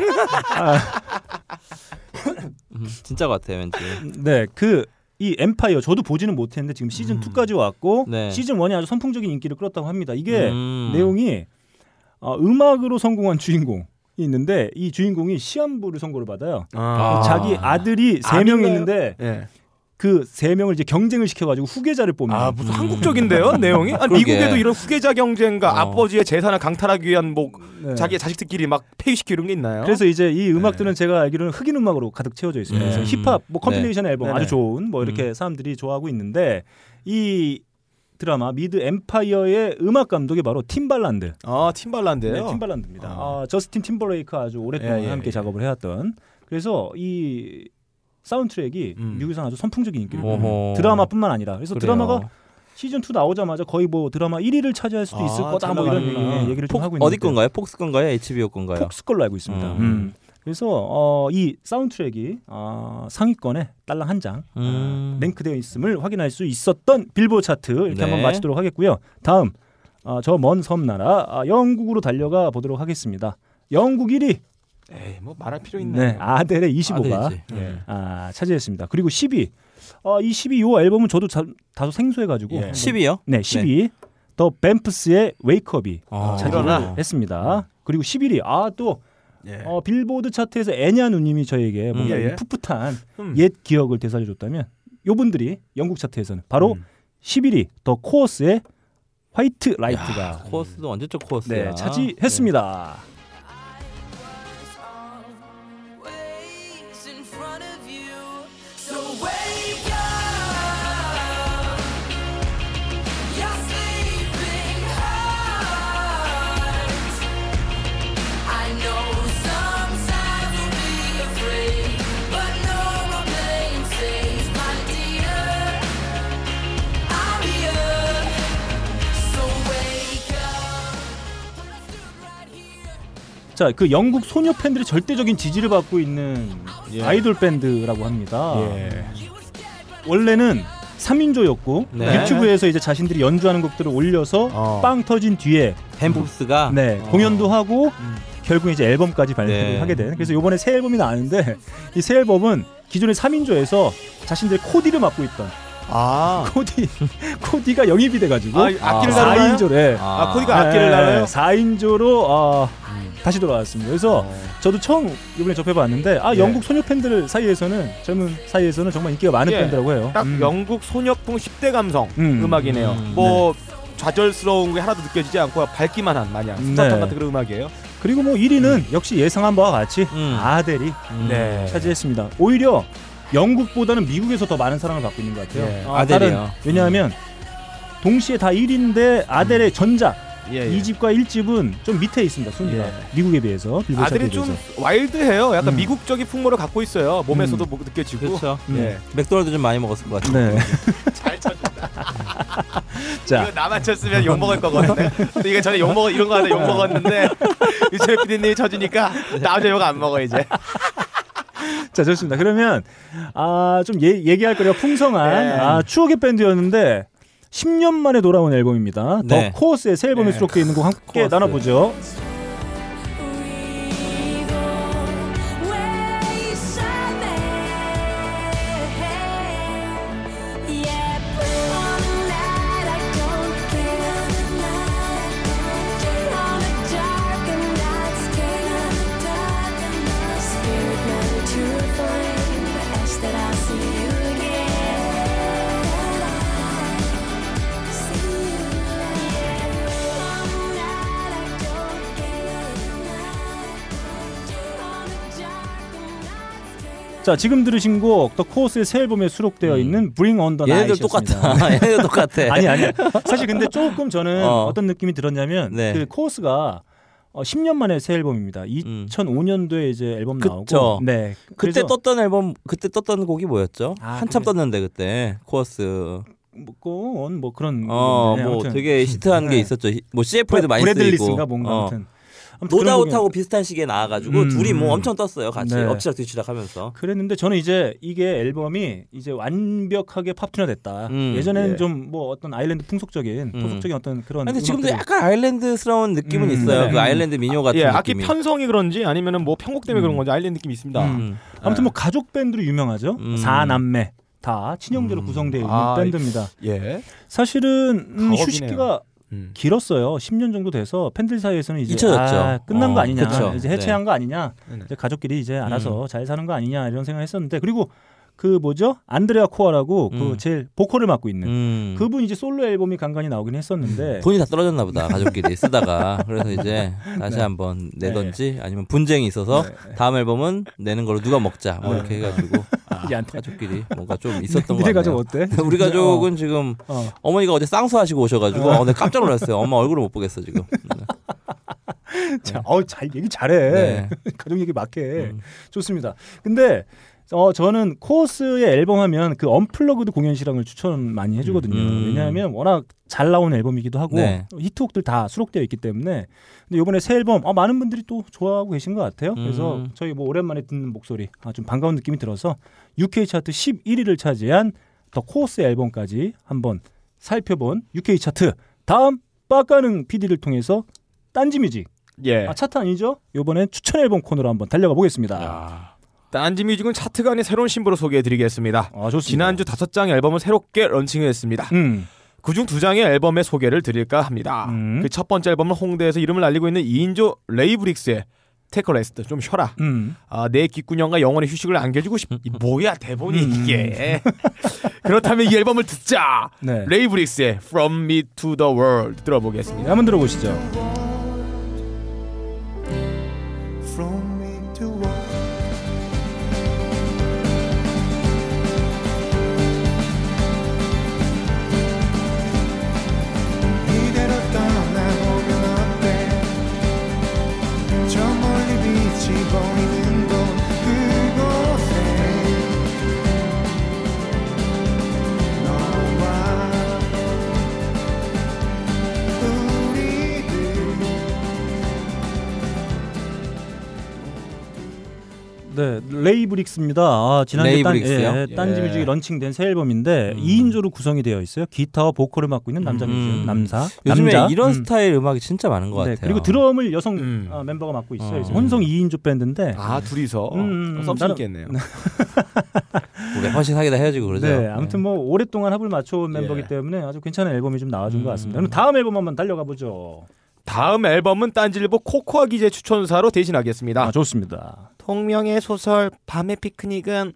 A: 음, 진짜 같아 왠지.
B: 네. 그 이 엠파이어 저도 보지는 못했는데 지금 시즌
C: 음.
B: 2까지 왔고
A: 네.
B: 시즌 1이 아주 선풍적인 인기를 끌었다고 합니다. 이게
A: 음.
B: 내용이 어, 음악으로 성공한 주인공이 있는데 이 주인공이 시한부를 선고를 받아요.
A: 아.
B: 자기 아들이 세
C: 아닌가요?
B: 명 있는데
C: 예.
B: 그 세 명을 이제 경쟁을 시켜가지고 후계자를 뽑는.
C: 아
B: (laughs)
C: 무슨 한국적인데요 내용이? 아니,
A: 그러게.
C: 미국에도 이런 후계자 경쟁과
A: 어.
C: 아버지의 재산을 강탈하기 위한 뭐
B: 네.
C: 자기의 자식들끼리 막 폐위시키고 이런 게 있나요? 네.
B: 그래서 이제 이 음악들은 제가 알기로는 흑인 음악으로 가득 채워져 있습니다.
A: 네.
B: 그래서 힙합, 뭐 컴필레이션 앨범
C: 네네. 음.
B: 아주 좋은 뭐 이렇게 사람들이 좋아하고 있는데 이 드라마 미드 엠파이어의 음악 감독이 바로 팀발란드. 네,
C: 아 팀발란데요.
B: 팀발란드입니다.
C: 아.
B: 아, 저스틴 팀버레이크 아주 오랫동안
C: 예, 예,
B: 함께
C: 예.
B: 작업을 해왔던. 그래서 이 사운드트랙이
C: 음.
B: 미국에서 아주 선풍적인 인기를
A: 어허.
B: 끌어요. 음, 드라마뿐만 아니라 그래서
A: 그래요.
B: 드라마가 시즌 2 나오자마자 거의 뭐 드라마 1위를 차지할 수도 있을
C: 아,
B: 거다 뭐
C: 잘
B: 이런
C: 나가는구나.
B: 얘기를 좀
A: 음. 폭,
B: 하고 있는데
A: 어디 건가요? 폭스 건가요? HBO 건가요?
B: 폭스 걸로 알고 있습니다.
A: 음.
B: 음. 그래서 어, 이 사운드트랙이 아, 상위권에 딸랑 한 장
A: 음.
B: 랭크되어 있음을 확인할 수 있었던 빌보드 차트 이렇게
A: 네.
B: 한번 마치도록 하겠고요. 다음 어, 저 먼 섬나라 아, 영국으로 달려가 보도록 하겠습니다. 영국 1위
C: 에이 뭐 말할 필요
B: 네,
C: 있나요?
B: 아델의 25가
A: 아델이지.
C: 예.
B: 아, 차지했습니다. 그리고 10위 아, 이 10위 요 앨범은 저도 자- 다소 생소해가지고
C: 예.
B: 한번-
A: 10이요?
B: 네 10위 더 뱀프스의 웨이크업이
A: 아,
B: 차지를
C: 일어나.
A: 음.
B: 했습니다. 그리고 11위 아또
C: 예.
B: 어, 빌보드 차트에서 애냐 누님이 저에게 뭔가
C: 예,
B: 이
C: 예.
B: 풋풋한
C: 음.
B: 옛 기억을 되살려줬다면 요분들이 영국 차트에서는 바로
C: 음.
B: 11위 더 코어스의 화이트 라이트가
A: 코어스도 완전적 코어스야.
B: 네, 차지했습니다.
F: was always in front of you. So wake up. Your sleeping heart. I know sometimes you'll be afraid, but no more playing safe, my dear. I'm here. So wake up. But I stood right here.
B: 자, 그 영국 소녀 팬들의 절대적인 지지를 받고 있는 아이돌 밴드라고 합니다.
C: 예.
B: 원래는 3인조였고
A: 네.
B: 유튜브에서 이제 자신들이 연주하는 곡들을 올려서
C: 어.
B: 빵 터진 뒤에
C: 아,
A: 뱀폭스가
B: 네 공연도 하고
C: 음.
B: 결국 이제 앨범까지 발표를
A: 네.
B: 하게 된 그래서 이번에 새 앨범이 나왔는데 이 새 앨범은 기존의 3인조에서 자신들의 코디를 맡고 있던 (laughs)
C: 아.
B: 코디 코디가 영입이 돼가지고
C: 아, 악기를 다루나요?
B: 4인조래
C: 아, 코디가 악기를 다뤄요? 음.
B: 4인조로 아, 다시 돌아왔습니다 그래서 저도 처음 이번에 접해봤는데 아
C: 어. 예.
B: 영국 소녀 팬들 사이에서는 젊은 사이에서는 정말 인기가 많은
C: 예.
B: 밴드라고 해요
C: 딱
B: 음.
C: 영국 소녀풍 10대 감성
B: 음.
C: 음. 악이네요
A: 음.
C: 뭐 좌절스러운 게 하나도 느껴지지 않고 밝기만 한 마냥
B: 음.
C: 스타탄
B: 네.
C: 같은 그런 음악이에요.
B: 그리고 뭐 1위는
C: 음.
B: 역시 예상한 바와 같이
A: 음.
B: 아델이
C: 네.
B: 차지했습니다. 오히려 영국보다는 미국에서 더 많은 사랑을 받고 있는 것 같아요.
C: 예.
B: 아,
A: 네, 아델이요.
B: 다른- 왜냐하면 동시에 다 1위인데 아델의
A: 음.
B: 전작
C: 예, 예.
B: 2집과 1집은 좀 밑에 있습니다. 순위가
C: 예.
B: 미국에 비해서 빌보드 차트에
C: 아들이
B: 비해서.
C: 좀 와일드해요. 약간
B: 음.
C: 미국적인 풍모를 갖고 있어요. 몸에서도
B: 음.
C: 뭐 느껴지고.
A: 그렇죠.
B: 음.
C: 예.
A: 맥도날드 좀 많이 먹었을 것 같아요. (laughs)
B: 네.
C: 잘 쳐준다.
B: 자.
C: 이거 나만 쳤으면 욕 먹을 거거든. 근데 이거 전에 욕 먹어 이런 거 하다 욕 먹었는데 유철 PD님이 쳐주니까 나 혼자 욕 안 먹어 이제.
B: 자 좋습니다. 그러면 아좀 예, 얘기할 거리가 풍성한
C: 네.
B: 아, 추억의 밴드였는데 10년 만에 돌아온 앨범입니다.
A: 네.
B: 더 코어스의 새 앨범에 수록되어 있는 곡 함께
A: 코어스.
B: 나눠보죠.
F: That I'll see you again.
B: 자 지금 들으신 곡 더 코어스의 새 앨범에 수록되어 있는 Bring On The
A: 음. 얘네들
B: Night이었습니다.
A: 똑같아. (laughs)
B: (laughs)
A: 얘네들 똑같아.
B: 아니 아니 사실 근데 조금 저는
A: 어.
B: 어. 떤 느낌이 들었냐면
A: 네.
B: 그 코어스가 어, 10년 만에 새 앨범입니다. 2005년도에 이제 앨범
A: 그쵸.
B: 나오고 네
A: 그때
B: 그래서
A: 떴던 앨범 그때 떴던 곡이 뭐였죠?
B: 아,
A: 한참
B: 그게-
A: 떴는데 그때 코어스.
B: 뭐고 뭐 그런
A: 어,
B: 건데,
A: 뭐
B: 아무튼.
A: 되게 시트한
B: 네.
A: 게 있었죠. 히- 뭐 CF에도 많이 쓰이고.
B: 브래들리스인가 뭔가
A: 어.
B: 아무튼 아무튼 그런
A: 노다웃하고
B: 곡이-
A: 비슷한 시기에 나와가지고
B: 음,
A: 둘이 뭐
B: 음.
A: 엄청 떴어요. 같이
B: 네.
A: 엎치락 뒤치락하면서.
B: 그랬는데 저는 이제 이게 앨범이 이제 완벽하게 팝투나 됐다.
A: 음,
B: 예전에는
C: 예.
B: 좀 뭐 어떤 아일랜드 풍속적인
A: 음.
B: 풍속적인 어떤 그런
A: 근데 지금도
B: 음악들이-
A: 약간 아일랜드스러운 느낌은
B: 음,
A: 있어요.
B: 네.
A: 그 아일랜드 민요 같은
C: 예, 악기
A: 느낌이.
C: 편성이 그런지 아니면은 뭐 편곡 때문에 그런 건지 아일랜드 느낌이 있습니다.
B: 음.
A: 음.
B: 아무튼 뭐 가족 밴드로 유명하죠.
A: 음.
B: 사남매 다 친형제로
A: 음.
B: 구성되어 있는
C: 아,
B: 밴드입니다.
C: 예.
B: 사실은 음,
C: 가업이네요.
B: 휴식기가
C: 음.
B: 길었어요. 10년 정도 돼서 팬들 사이에서는 이제
A: 잊혀졌죠.
B: 아, 끝난
A: 어,
B: 거 아니냐,
A: 그쵸. 음.
B: 이제 해체한 거 아니냐,
C: 네.
B: 이제 가족끼리 이제 알아서 잘 사는 거 아니냐 이런 생각했었는데 그리고 그 뭐죠 안드레아 코아라고 그
A: 음.
B: 제일 보컬을 맡고 있는
A: 음.
B: 그분 이제 솔로 앨범이 간간히 나오긴 했었는데
A: 돈이 다 떨어졌나 보다 가족끼리 쓰다가 그래서 (laughs) 이제 다시 한번 내던지 아니면 분쟁이 있어서 다음 앨범은 내는 걸로 누가 먹자 뭐 이렇게 해가지고
B: 이게 안 돼.
A: (laughs) 가족끼리 아, 뭔가 좀 있었던 거
B: (laughs) 우리 가족
A: 같아요.
B: 어때?
A: 우리 가족은 지금
B: 어.
A: 어머니가 어제 쌍수하시고 오셔가지고 어, 네, 깜짝 놀랐어요. 엄마 얼굴을 못 보겠어 지금.
B: 자, 어우, 잘 얘기 잘해.
A: 네.
B: (laughs) 가족 얘기 막 해.
A: 음.
B: 좋습니다. 근데 어 저는 코어스의 앨범 하면 그 언플러그드 공연 실황을 추천 많이 해주거든요.
A: 음.
B: 왜냐하면 워낙 잘 나온 앨범이기도 하고
A: 네.
B: 히트곡들 다 수록되어 있기 때문에 근데 이번에 새 앨범 아, 많은 분들이 또 좋아하고 계신 것 같아요. 그래서
A: 음.
B: 저희 뭐 오랜만에 듣는 목소리 아, 좀 반가운 느낌이 들어서 UK 차트 11위를 차지한 더 코어스 앨범까지 한번 살펴본 UK 차트 다음 빡가능 PD를 통해서 딴지뮤직
A: 네.
C: 예.
B: 아, 차트 아니죠? 요번엔 추천 앨범 코너로 한번 달려가 보겠습니다.
C: 야. 딴지 뮤직은 차트가 아닌 새로운 신보로 소개해드리겠습니다.
B: 아, 좋습니다.
C: 지난주 다섯 장의 앨범을 새롭게 런칭했습니다.
B: 음.
C: 그중 두 장의 앨범의 소개를 드릴까 합니다.
B: 음.
C: 그 첫 번째 앨범은 홍대에서 이름을 알리고 있는 2인조 레이브릭스의 테크 레스트 좀 쉬어라.
B: 음.
C: 아, 내 귓구녕과 영혼의 휴식을 안겨주고 싶. 이 뭐야 대본이 이게. (laughs) 그렇다면 이 앨범을 듣자.
B: 네.
C: 레이브릭스의 From Me to the World
B: 네,
C: 들어보겠습니다.
B: 한번 들어보시죠.
H: from me to work. 이대로 떠나보면 어때? 저 멀리 빛이 보이는 곳 그곳에 너와 우리들
B: 네, 레이브릭스입니다. 아, 지난해 딴,
A: 레이브릭스요? 음.
B: 예, 딴지
C: 예.
B: 뮤직이 런칭된 새 앨범인데 2인조로 구성이 되어 있어요. 기타와 보컬을 맡고 있는 남자 뮤지션,
A: 음.
B: 남사.
A: 요즘에
B: 남자.
A: 이런
B: 음.
A: 스타일 음악이 진짜 많은 것
B: 네,
A: 같아요.
B: 그리고 드럼을 여성
C: 음.
B: 아, 멤버가 맡고 있어요.
A: 어.
B: 그래서 혼성 2인조 밴드인데
C: 아 둘이서
B: 음, 음,
C: 썸씽
B: 나는-
C: 있겠네요.
A: 뭐 몇번씩 사귀다 헤어지고 그러죠.
B: 네, 아무튼 뭐 오랫동안 합을 맞춰온
C: 예.
B: 멤버기 때문에 아주 괜찮은 앨범이 좀 나와준 것 같습니다. 그럼 다음 앨범 한번 달려가 보죠.
C: 다음 앨범은 딴지일보 코코아 기자 추천사로 대신하겠습니다.
B: 아, 좋습니다.
C: 통명의 소설 밤의 피크닉은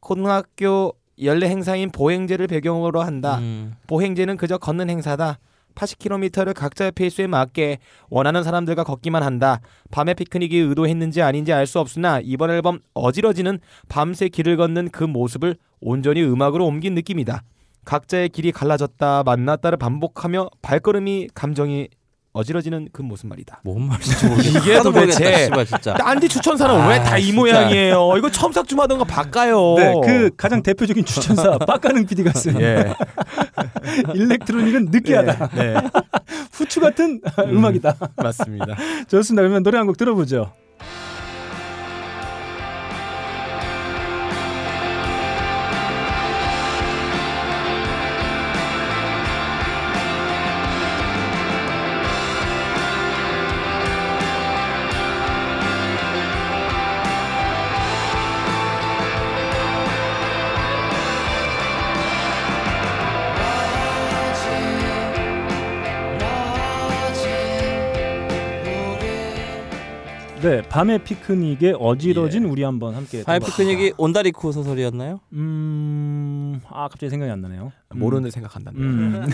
C: 고등학교 연례 행사인 보행제를 배경으로 한다.
A: 음.
C: 보행제는 그저 걷는 행사다. 80km를 각자의 페이스에 맞게 원하는 사람들과 걷기만 한다. 밤의 피크닉이 의도했는지 아닌지 알 수 없으나 이번 앨범 어지러지는 밤새 길을 걷는 그 모습을 온전히 음악으로 옮긴 느낌이다. 각자의 길이 갈라졌다 만났다를 반복하며 발걸음이 감정이 어지러지는 그 모습 말이다.
A: 뭔 말인지 모르겠다.
C: 이게
A: 하나도 모르겠다,
C: 도대체-
A: 씨발, 진짜.
C: 안디 추천사는
A: 아,
C: 왜 다 이
A: 진짜.
C: 모양이에요? 이거 첨삭 좀 하던 거 바꿔요.
B: 네, 그 가장 대표적인
C: (laughs)
B: 추천사 빡가는 PD가 쓴
C: 예.
B: (laughs) 일렉트로닉은 느끼하다.
C: 네,
B: 후추 같은 (laughs) 음악이다.
C: 맞습니다.
B: (laughs) 좋습니다. 그러면 노래 한 곡 들어보죠. 네, 밤의 피크닉에 어지러진
C: 예.
B: 우리 한번 함께.
A: 밤의
B: 들어봅시다.
A: 피크닉이 온다리쿠 소설이었나요?
B: 음, 아 갑자기 생각이 안 나네요.
C: 모르는데 생각한다.
B: 음.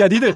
B: 야 니들,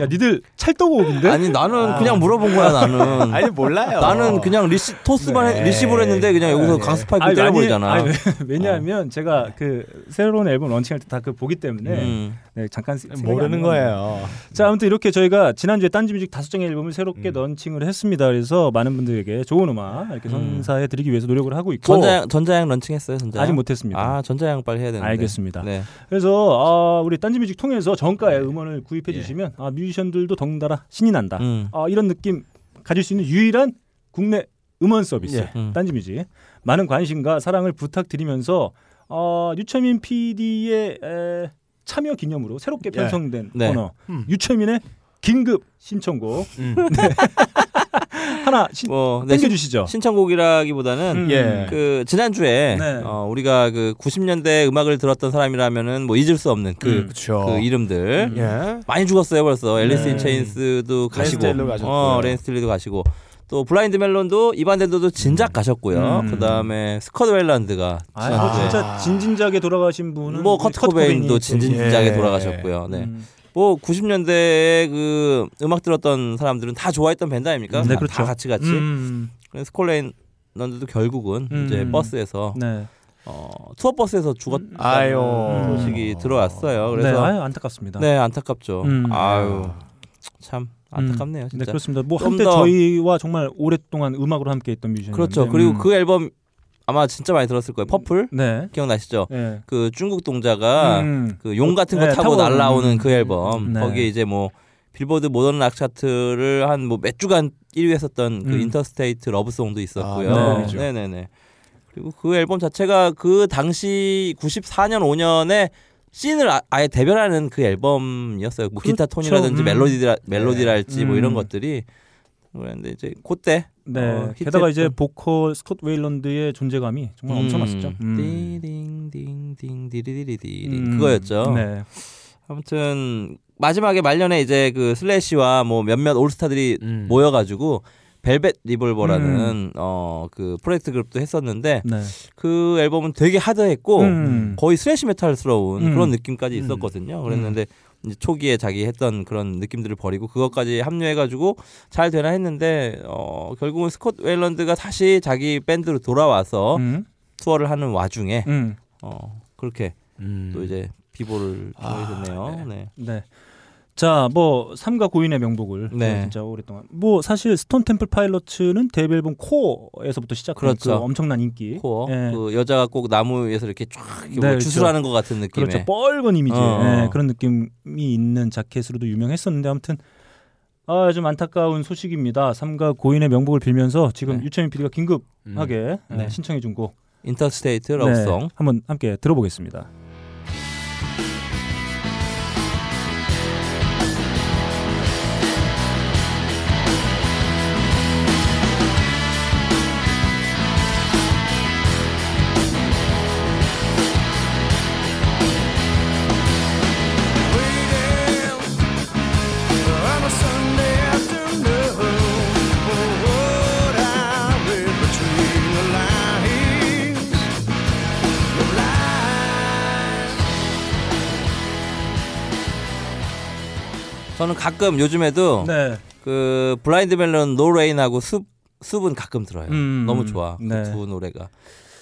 B: 야 니들 찰떡호흡인데?
A: 아니 나는 그냥 물어본 거야 나는.
C: 네? 아니
B: 어.
C: 몰라요.
A: 나는 그냥 리시 토스만 해-
C: 네.
A: 리시브를 했는데 그냥 여기서 강스파이크
B: 아니,
A: 때려버리잖아.
C: 어.
B: 아니, 네. 아니, 왜냐하면 제가 그 새로운 앨범 런칭할 때 다 그 보기 때문에
A: 음.
B: 네, 잠깐 생각이
C: 모르는
B: 안 나네요.
C: 거예요.
B: 자 아무튼 이렇게 저희가 지난주에 딴지뮤직 다섯 장의 앨범을 새롭게 런칭을 했습니다. 그래서 많은 분들에게 좋은 음악 이렇게 선사해 드리기 위해서 노력을 하고 있고
A: 전자양 전자양 런칭했어요 전자.
B: 아직 못했습니다.
A: 아 전자양 빨리 해야 되는데.
B: 알겠습니다.
A: 네.
B: 그래서 아, 우리 딴지뮤직 통해서 정가의 음원을 구입해 주시면 아, 뮤지션들도 덩달아 신이 난다.
A: 음.
B: 아, 이런 느낌 가질 수 있는 유일한 국내 음원 서비스
C: 예.
A: 음.
B: 딴지뮤직 많은 관심과 사랑을 부탁드리면서 어, 유철민 PD의 에, 참여 기념으로 새롭게
C: 예.
B: 편성된
A: 네.
B: 코너
C: 음.
B: 유철민의 긴급 신청곡 네.
C: 음.
B: (laughs) 하나 신,
A: 뭐 네, 신-
B: 땡겨주시죠.
A: 신청곡이라기보다는
B: 음.
C: 예.
A: 그 지난주에
B: 네.
A: 어, 우리가 그 90년대 음악을 들었던 사람이라면은 뭐 잊을 수 없는 그,
C: 음, 그쵸.
B: 어.
A: 그 이름들
B: 음.
C: 예.
A: 많이 죽었어요 벌써 앨리스 인
C: 네.
A: 체인스도 가시고
C: 틸로 가셨고요.
A: 어, 렌스틸리도 가시고 또 블라인드 멜론도 이반덴도도 진작 가셨고요
B: 음.
A: 그다음에 스쿼드 웰란드가
B: 아,
A: 지난주에.
B: 이거 진짜 진진작에 돌아가신 분은
A: 뭐
B: 우리
A: 커트 코베인도
B: 코베인이
A: 진진작에
C: 예.
A: 돌아가셨고요.
B: 또-
A: 네.
B: 음.
A: 뭐 90년대 그 음악 들었던 사람들은 다 좋아했던 밴드 아닙니까?
B: 네,
A: 다-
B: 그렇죠.
A: 다 같이 같이.
B: 음.
A: 그래서 스콜레인 런드도 결국은
B: 음.
A: 이제 버스에서
B: 네.
A: 어, 투어 버스에서 죽었다는 음,
C: 아유.
A: 소식이 들어왔어요.
B: 음. 네,
A: 그래서
B: 아유, 안타깝습니다.
A: 네, 안타깝죠.
B: 음.
A: 아유 참 안타깝네요,
B: 네,
A: 진짜.
B: 그렇습니다. 뭐
A: 좀
B: 한때
A: 더-
B: 저희와 정말 오랫동안 음악으로 함께했던 뮤지션.
A: 그렇죠. 그리고 그 앨범 아마 진짜 많이 들었을 거예요. 퍼플
B: 네,
A: 기억나시죠?
B: 네.
A: 그 중국 동자가
B: 음.
A: 그 용 같은 거
B: 네,
A: 타고
B: 타고
A: 날라오는
B: 음.
A: 그 앨범
B: 네.
A: 거기에 이제 뭐 빌보드 모던 락 차트를 한 뭐 몇 주간 1위 했었던 그
B: 음.
A: 인터스테이트 러브송도 있었고요.
B: 아,
A: 네.
B: 명곡이죠.
A: 네네 그리고 그 앨범 자체가 그 당시 94년 5년에 씬을 아, 아예 대변하는 그 앨범이었어요. 뭐 기타
B: 그렇죠.
A: 톤이라든지
B: 음.
A: 멜로디라, 멜로디랄지 뭐 이런
B: 음.
A: 것들이 그런데 이제 그때
B: 네.
A: 어,
B: 게다가 이제
A: 히트했던-
B: 보컬 스콧 웨일런드의 존재감이 정말 음, 엄청났었죠. 음.
A: 띵띵띵띵 디리디리디
B: 음.
A: 그거였죠.
B: 네.
A: 아무튼 마지막에 말년에 이제 그 슬래시와 뭐 몇몇 올스타들이
C: 음.
A: 모여가지고 벨벳
B: 음.
A: 리볼버라는 어 그 프로젝트 그룹도 했었는데
B: 네.
A: 그 앨범은 되게 하드했고
B: 음.
A: 거의 슬래시 메탈스러운
B: 음.
A: 그런 느낌까지 있었거든요. 그랬는데 이제 초기에 자기 했던 그런 느낌들을 버리고 그것까지 합류해가지고 잘 되나 했는데 어 결국은 스콧 웨일런드가 다시 자기 밴드로 돌아와서
B: 음.
A: 투어를 하는 와중에
B: 음.
A: 어 그렇게
C: 음.
A: 또 이제 비보를 통해졌네요. 네.
B: 아, 네. 자, 뭐 삼가 고인의 명복을
A: 네.
B: 저희 진짜 오랫동안. 뭐 사실 스톤 템플 파일럿츠는 데뷔 앨범 코어에서부터 시작한 그
A: 그렇죠.
B: 엄청난 인기.
A: 코어
B: 예.
A: 그 여자가 꼭 나무 위에서 이렇게 쫙 이렇게
B: 네,
A: 뭐 주술하는 것 같은 느낌의
B: 그렇죠. 뻘건 이미지
A: 어.
B: 예, 그런 느낌이 있는 자켓으로도 유명했었는데 아무튼 아, 좀 안타까운 소식입니다. 삼가 고인의 명복을 빌면서 지금
A: 네.
B: 유채민 PD가 긴급하게
A: 음. 네.
B: 예, 신청해준 곡
A: 인터스테이트 러브송
B: 네, 한번 함께 들어보겠습니다.
H: I
A: 저는 가끔 요즘에도
B: 네.
A: 그 블라인드 멜론 노레인하고 숲 숲은 가끔 들어요.
B: 음,
A: 너무 좋아.
B: 네.
A: 그 두 노래가.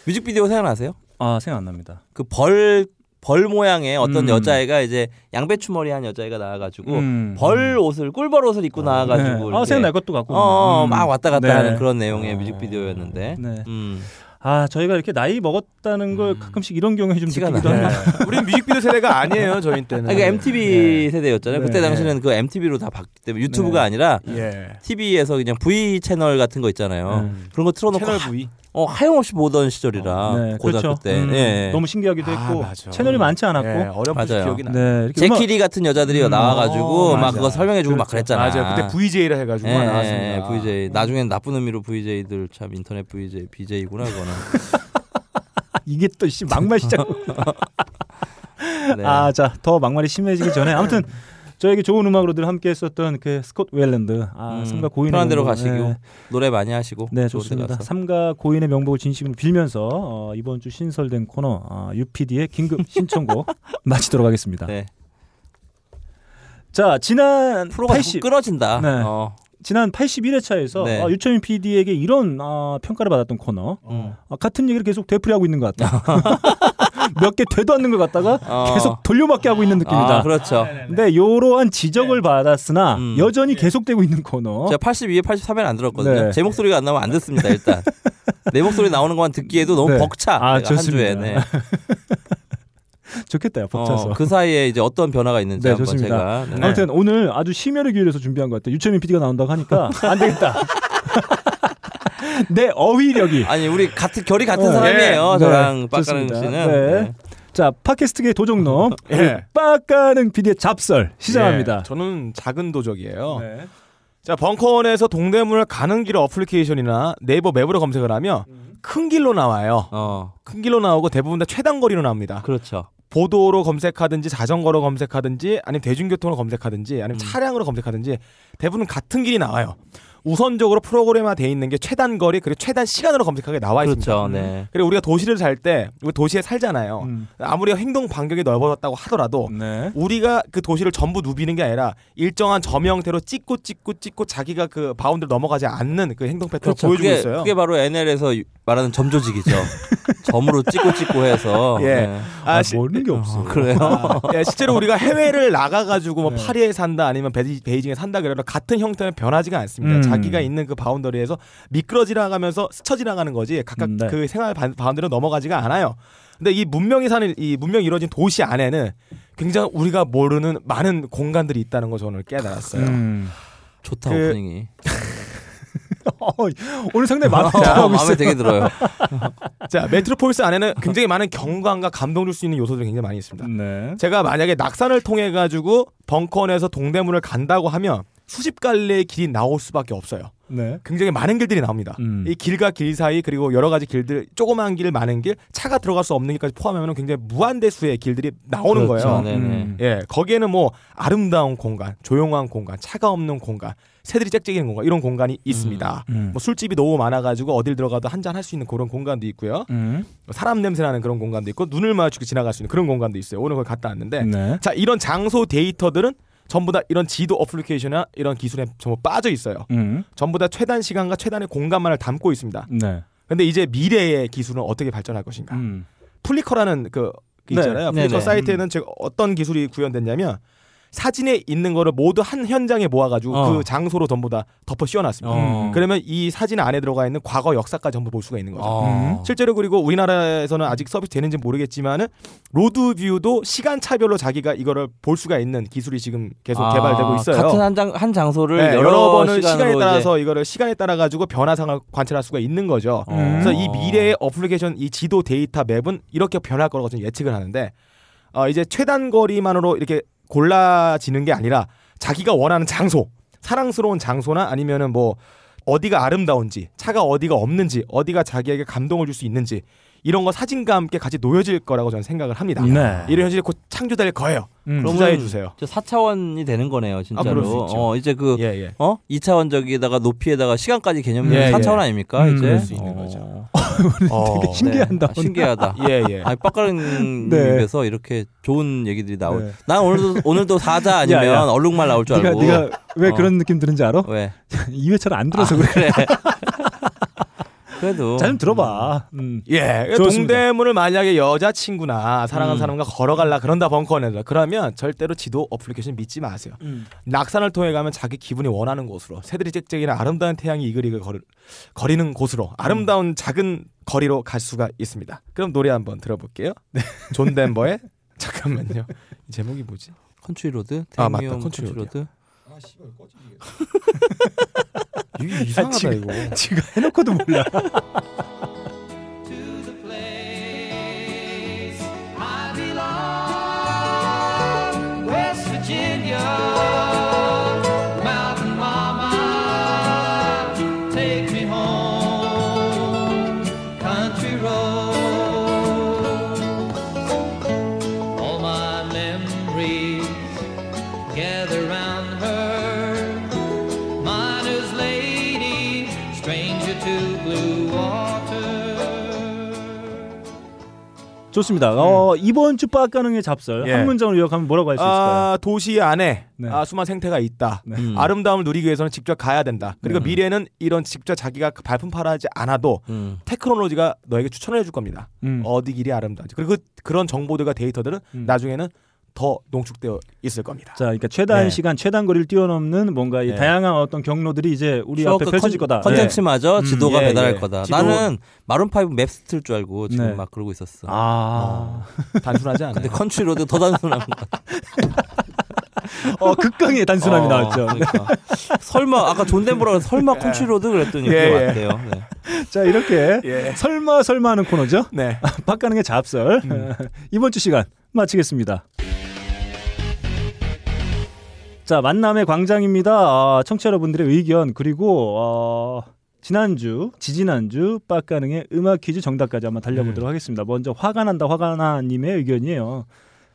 A: 뮤직비디오 생각나세요?
B: 아 생각 안 납니다.
A: 그 벌 벌 모양의 어떤
B: 음.
A: 여자애가 이제 양배추 머리한 여자애가 나와가지고
B: 음.
A: 벌 옷을 꿀벌 옷을 입고 나와가지고
B: 네. 아
A: 이렇게
B: 생각날 것도 같고.
A: 어, 어,
B: 음.
A: 막 왔다 갔다
B: 네.
A: 하는 그런 내용의 뮤직비디오였는데.
B: 네.
A: 음.
B: 아 저희가 이렇게 나이 먹었다는 걸 가끔씩 이런 경우에 좀
A: 티가
C: 예.
B: 느끼기도
A: 나요.
B: 합니다.
C: (laughs) 우리 뮤직비디오 세대가 아니에요 저희 때는.
A: 아, 그 MTV 세대였잖아요.
B: 네.
A: 그때 당시는 그 MTV로 다 봤기 때문에 유튜브가 아니라
C: 예.
A: TV에서 그냥 V 채널 같은 거 있잖아요. 그런 거 틀어놓고
C: 채널
A: 하-
C: V.
A: 어, 하염없이 보던 시절이라
B: 네,
A: 고등학교
B: 그렇죠.
A: 때.
B: 음,
A: 예.
B: 너무 신기하기도
C: 아,
B: 했고
C: 맞아.
B: 채널이 많지 않았고.
C: 예, 어렴풋이
A: 맞아요.
C: 기억이 나.
B: 네. 이렇게 음악-
A: 제키리 같은 여자들이 나와가지고
C: 어,
A: 막
C: 맞아.
A: 그거 설명해주고 막
C: 그렇죠.
A: 그랬잖아.
C: 맞아요. 그때 VJ라 해가지고
A: 예,
C: 나왔습니다.
A: 예,
B: 음.
A: VJ. 나중엔 나쁜 의미로 VJ들 참 인터넷 VJ, BJ구나 그거는.
B: 아, 이게 또 씨, 막말 시작.
A: 네.
B: 아, 자, 더 막말이 심해지기 전에 아무튼 저에게 좋은 음악으로들 함께 했었던 그 스콧 웰랜드. 아,
A: 음,
B: 삼가 고인의
A: 편한 대로
B: 명복.
A: 가시고
B: 네,
A: 노래 많이 하시고.
B: 네,
A: 좋은 데
B: 좋습니다.
A: 가서.
B: 삼가 고인의 명복을 진심으로 빌면서 어, 이번 주 신설된 코너 아, UPD의 긴급
A: (laughs)
B: 신청곡 마치도록 하겠습니다.
A: 네.
B: 자, 지난
A: 프로가
B: 80
A: 자꾸 끌어진다.
B: 네.
A: 어.
B: 지난 81회차에서
A: 네.
B: 아, 유철민 PD에게 이런 아, 평가를 받았던 코너. 아, 같은 얘기를 계속 되풀이하고 있는 것 같다.
A: (laughs)
B: (laughs) 몇 개 되도 않는 것 같다가
A: 어.
B: 계속 돌려막기 하고 있는 느낌이다.
A: 아, 그렇죠.
B: 근데 이러한 지적을 받았으나
A: 음.
B: 여전히 계속되고 있는 코너.
A: 제가 82에 83에는 안 들었거든요.
B: 어? 네.
A: 제 목소리가 안 나오면 안 듣습니다, 일단. 내 목소리 나오는 것만 듣기에도 너무
B: 네.
A: 벅차.
B: 아,
A: 내가 한
B: 좋습니다.
A: 주에. 네.
B: 좋겠다, 요 (laughs) 벅차서.
A: 어, 그 사이에 이제 어떤 변화가 있는지
B: 네,
A: 한번
B: 좋습니다.
A: 제가. 네.
B: 아무튼 오늘 아주 심혈을 기울여서 준비한 것 같아요. 유채민 PD가 나온다고 하니까
A: (laughs)
B: 안 되겠다. 내 어휘력이.
A: 아니 우리 같은 결이 같은
B: 네.
A: 사람이에요.
B: 네,
A: 저랑 빡가는
B: 좋습니다.
A: 씨는.
B: 네.
A: 네.
B: 자,
A: (laughs)
B: 팟캐스트계 도정놈
C: 예.
B: 빡가는 PD의 잡설
C: 예,
B: 시작합니다.
C: 저는 작은 도적이에요.
B: 네.
C: 자 벙커원에서 동대문을 가는 길 어플리케이션이나 네이버 맵으로 검색을 하면
A: 음.
C: 큰 길로 나와요.
A: 어
C: 큰 길로 나오고 대부분 다 최단거리로 나옵니다.
A: 그렇죠.
C: 보도로 검색하든지 자전거로 검색하든지 아니면 대중교통으로 검색하든지
A: 음.
C: 아니면 차량으로 검색하든지 대부분 같은 길이 나와요. 우선적으로 프로그램화 돼 있는 게 최단 거리 그리고 최단 시간으로 검색하게 나와 있습니다.
A: 그렇죠. 네.
C: 그리고 우리가 도시를 살 때 우리 도시에 살잖아요.
B: 음.
C: 아무리 행동 반경이 넓어졌다고 하더라도
A: 음.
B: 네.
C: 우리가 그 도시를 전부 누비는 게 아니라 일정한 점의 형태로 찍고 찍고 찍고 자기가 그 바운드를 넘어가지 않는 그 행동 패턴을
A: 그렇죠.
C: 보여주고
A: 그게,
C: 있어요.
A: 그게 바로 NL에서 말하는
B: (laughs)
A: 점조직이죠. 점으로 찍고 찍고 해서.
C: 예.
A: 네.
C: 아,
B: 아,
C: 시-
B: 모르는 게 (laughs) 없어. 네.
A: 그래요.
C: 아, 예, 실제로
B: (laughs)
C: 우리가 해외를 나가가지고 뭐 파리에 산다 아니면 베이, 베이징에 산다 그래도 같은 형태는 변하지가 않습니다.
B: 음.
C: 자기가 있는 그 바운더리에서 미끄러 지나가면서 스쳐 지나가는 거지 각각
B: 음, 네.
C: 그 생활 바- 바운더리로 넘어가지가 않아요. 근데 이 문명이 사는 이 문명이 이루어진 도시 안에는 굉장히 우리가 모르는 많은 공간들이 있다는 거 저는 깨달았어요.
B: 음.
A: 좋다
C: 그-
A: 오프닝이.
B: 오늘 상당히 마음에
A: 어,
B: 들어하고
A: (laughs) 마음에
B: 있어요.
A: 되게
B: (laughs)
A: 들어요.
C: 자, 메트로폴리스 안에는 굉장히 많은 경관과 감동 줄 수 있는 요소들이 굉장히 많이 있습니다.
B: 네.
C: 제가 만약에 낙산을 통해 가지고 벙커원에서 동대문을 간다고 하면 수십 갈래의 길이 나올 수밖에 없어요.
B: 네.
C: 굉장히 많은 길들이 나옵니다.
B: 음.
C: 이 길과 길 사이 그리고 여러 가지 길들 조그마한 길 많은 길 차가 들어갈 수 없는 길까지 포함하면 굉장히 무한대 수의 길들이 나오는
A: 그렇죠.
C: 거예요.
A: 네네.
B: 음.
C: 예, 거기에는 뭐 아름다운 공간, 조용한 공간, 차가 없는 공간, 새들이 짹짹이는 공간 이런 공간이 있습니다.
B: 음.
C: 뭐 술집이 너무 많아가지고 어딜 들어가도 한잔 할 수 있는 그런 공간도 있고요. 뭐
B: 음.
C: 사람 냄새나는 그런 공간도 있고 눈을 마주치고 지나갈 수 있는 그런 공간도 있어요. 오늘 그걸 갔다 왔는데
A: 음.
B: 네.
C: 자 이런 장소 데이터들은 전부 다 이런 지도 어플리케이션이나 이런 기술에 전부 빠져 있어요.
B: 음.
C: 전부 다 최단 시간과 최단의 공간만을 담고 있습니다.
B: 네.
C: 근데 이제 미래의 기술은 어떻게 발전할 것인가?
B: 음.
C: 플리커라는 그, 그
B: 네,
C: 있잖아요.
A: 네네.
C: 플리커 사이트에는 제가 어떤 기술이 구현됐냐면 사진에 있는 거를 모두 한 현장에 모아가지고
A: 어.
C: 그 장소로 전부 다 덮어 씌워놨습니다. 음.
A: 어.
C: 그러면 이 사진 안에 들어가 있는 과거 역사까지 전부 볼 수가 있는 거죠.
B: 음.
A: 어.
C: 실제로 그리고 우리나라에서는 아직 서비스 되는지 모르겠지만은 로드뷰도 시간 차별로 자기가 이거를 볼 수가 있는 기술이 지금 계속
A: 아,
C: 개발되고 있어요.
A: 같은 한 장 한 장소를
C: 네,
A: 여러,
C: 여러 번을
A: 시간으로
C: 시간에
A: 이제-
C: 따라서 이거를 시간에 따라 가지고 변화상을 관찰할 수가 있는 거죠.
A: 어.
C: 그래서 이 미래의 어플리케이션 이 지도 데이터 맵은 이렇게 변할 거라고 저는 예측을 하는데 어, 이제 최단 거리만으로 이렇게 골라지는 게 아니라 자기가 원하는 장소, 사랑스러운 장소나 아니면은 뭐 어디가 아름다운지, 차가 어디가 없는지, 어디가 자기에게 감동을 줄 수 있는지 이런 거 사진과 함께 같이 놓여질 거라고 저는 생각을 합니다.
B: 네.
A: 음.
C: 이런 현실이 곧 창조될 거예요.
B: 음.
A: 그럼-
C: 투자해 주세요. 아,
A: 저 4차원이 되는 거네요, 진짜로.
C: 그럴 수 있죠.
A: 어, 이제 그
C: 예, 예.
A: 어? 2차원적에다가 높이에다가 시간까지 개념이
C: 예,
A: 4차원
C: 예.
A: 아닙니까?
B: 음,
A: 이제.
B: 그럴
C: 수 있는 거죠.
A: (laughs) 어,
C: 어,
B: 되게 신기하다.
A: 네. 아, 신기하다.
C: 예,
A: (laughs)
C: 예.
A: 아니 빡가는
B: 네.
A: 입에서 이렇게 좋은 얘기들이 나올.
B: 네.
A: 난 오늘도
C: (laughs)
A: 오늘도 사자 아니면
B: 야, 야.
A: 얼룩말 나올 줄
B: 네가
A: 알고.
B: 네가 왜
A: 어.
B: 그런 느낌 드는지 알아?
A: 왜?
B: (laughs) 이 회차를 안 들어서 아, 그래.
A: 그래. 그래도
B: 잘 좀 들어봐. 음. (laughs)
C: 예,
B: 좋습니다.
C: 동대문을 만약에 여자친구나 사랑하는
A: 음.
C: 사람과 걸어갈라 그런다 벙커 내라 그러면 절대로 지도 어플리케이션 믿지 마세요.
B: 음.
C: 낙산을 통해 가면 자기 기분이 원하는 곳으로 새들이 짹짹이는 아름다운 태양이 이글이글 거리, 거리는 곳으로
B: 음.
C: 아름다운 작은 거리로 갈 수가 있습니다. 그럼 노래 한번 들어볼게요. 네. 존 덴버의 잠깐만요. 이 제목이 뭐지?
A: 컨트리 로드.
C: 아, 맞다.
A: 대미엄
C: 컨트리
A: 컨트리 로드.
C: 이거 이상하다
B: 아, 지금-
C: 이거.
B: 지금 해놓고도 몰라.
H: West Virginia, Mountain Mama, take me home, country road. All my memories gather round her, miner's lady, stranger to blue water.
B: (laughs) 좋습니다. 어, 이번 주 빠가능의 잡설
C: 예.
B: 한 문장으로 요약하면 뭐라고 할 수 있을까요?
C: 아, 도시 안에
B: 네.
C: 아, 수많은 생태가 있다.
A: 음.
C: 아름다움을 누리기 위해서는 직접 가야 된다. 그리고
B: 네.
C: 미래는 이런 직접 자기가 그 발품 팔아하지 않아도
A: 음.
C: 테크놀로지가 너에게 추천을 해줄 겁니다.
B: 음.
C: 어디 길이 아름다운지. 그리고 그- 그런 정보들과 데이터들은
B: 음.
C: 나중에는 더 농축되어 있을 겁니다.
B: 자, 그러니까 최단
C: 네.
B: 시간, 최단 거리를 뛰어넘는 뭔가 이
C: 네.
B: 다양한 어떤 경로들이 이제 우리
A: 추억
B: 앞에 펼쳐질 거다. 네.
A: 그 컨텐츠마저
B: 음,
A: 지도가
C: 예,
A: 배달할
C: 예.
A: 거다.
C: 지도-
A: 나는 마룬 파이브 맵 스틸 줄 알고 지금
B: 네.
A: 막 그러고 있었어.
B: 아,
C: 단순하지 않아요.
A: 근데 컨트리 로드 더 단순한 것 같아.
B: 어, 극강의 (laughs) 단순함이
A: 어,
B: 나왔죠.
A: 그러니까. 설마 아까 존 덴버라고 설마 컨트리 로드 그랬더니
C: 예,
A: 그게
C: 예.
A: 맞대요. 네.
B: (laughs) 자, (laughs) 이렇게
C: 예.
B: 설마 설마하는 코너죠.
C: 네.
B: (laughs) 빠가능의 잡설 (laughs) 이번 주 시간 마치겠습니다. 자 만남의 광장입니다. 아, 청취자 여러분들의 의견 그리고 어, 지난주 지지난주 빡가능의 음악 퀴즈 정답까지 한번 달려보도록 하겠습니다. 먼저 화가 난다 화가 나님의 의견이에요.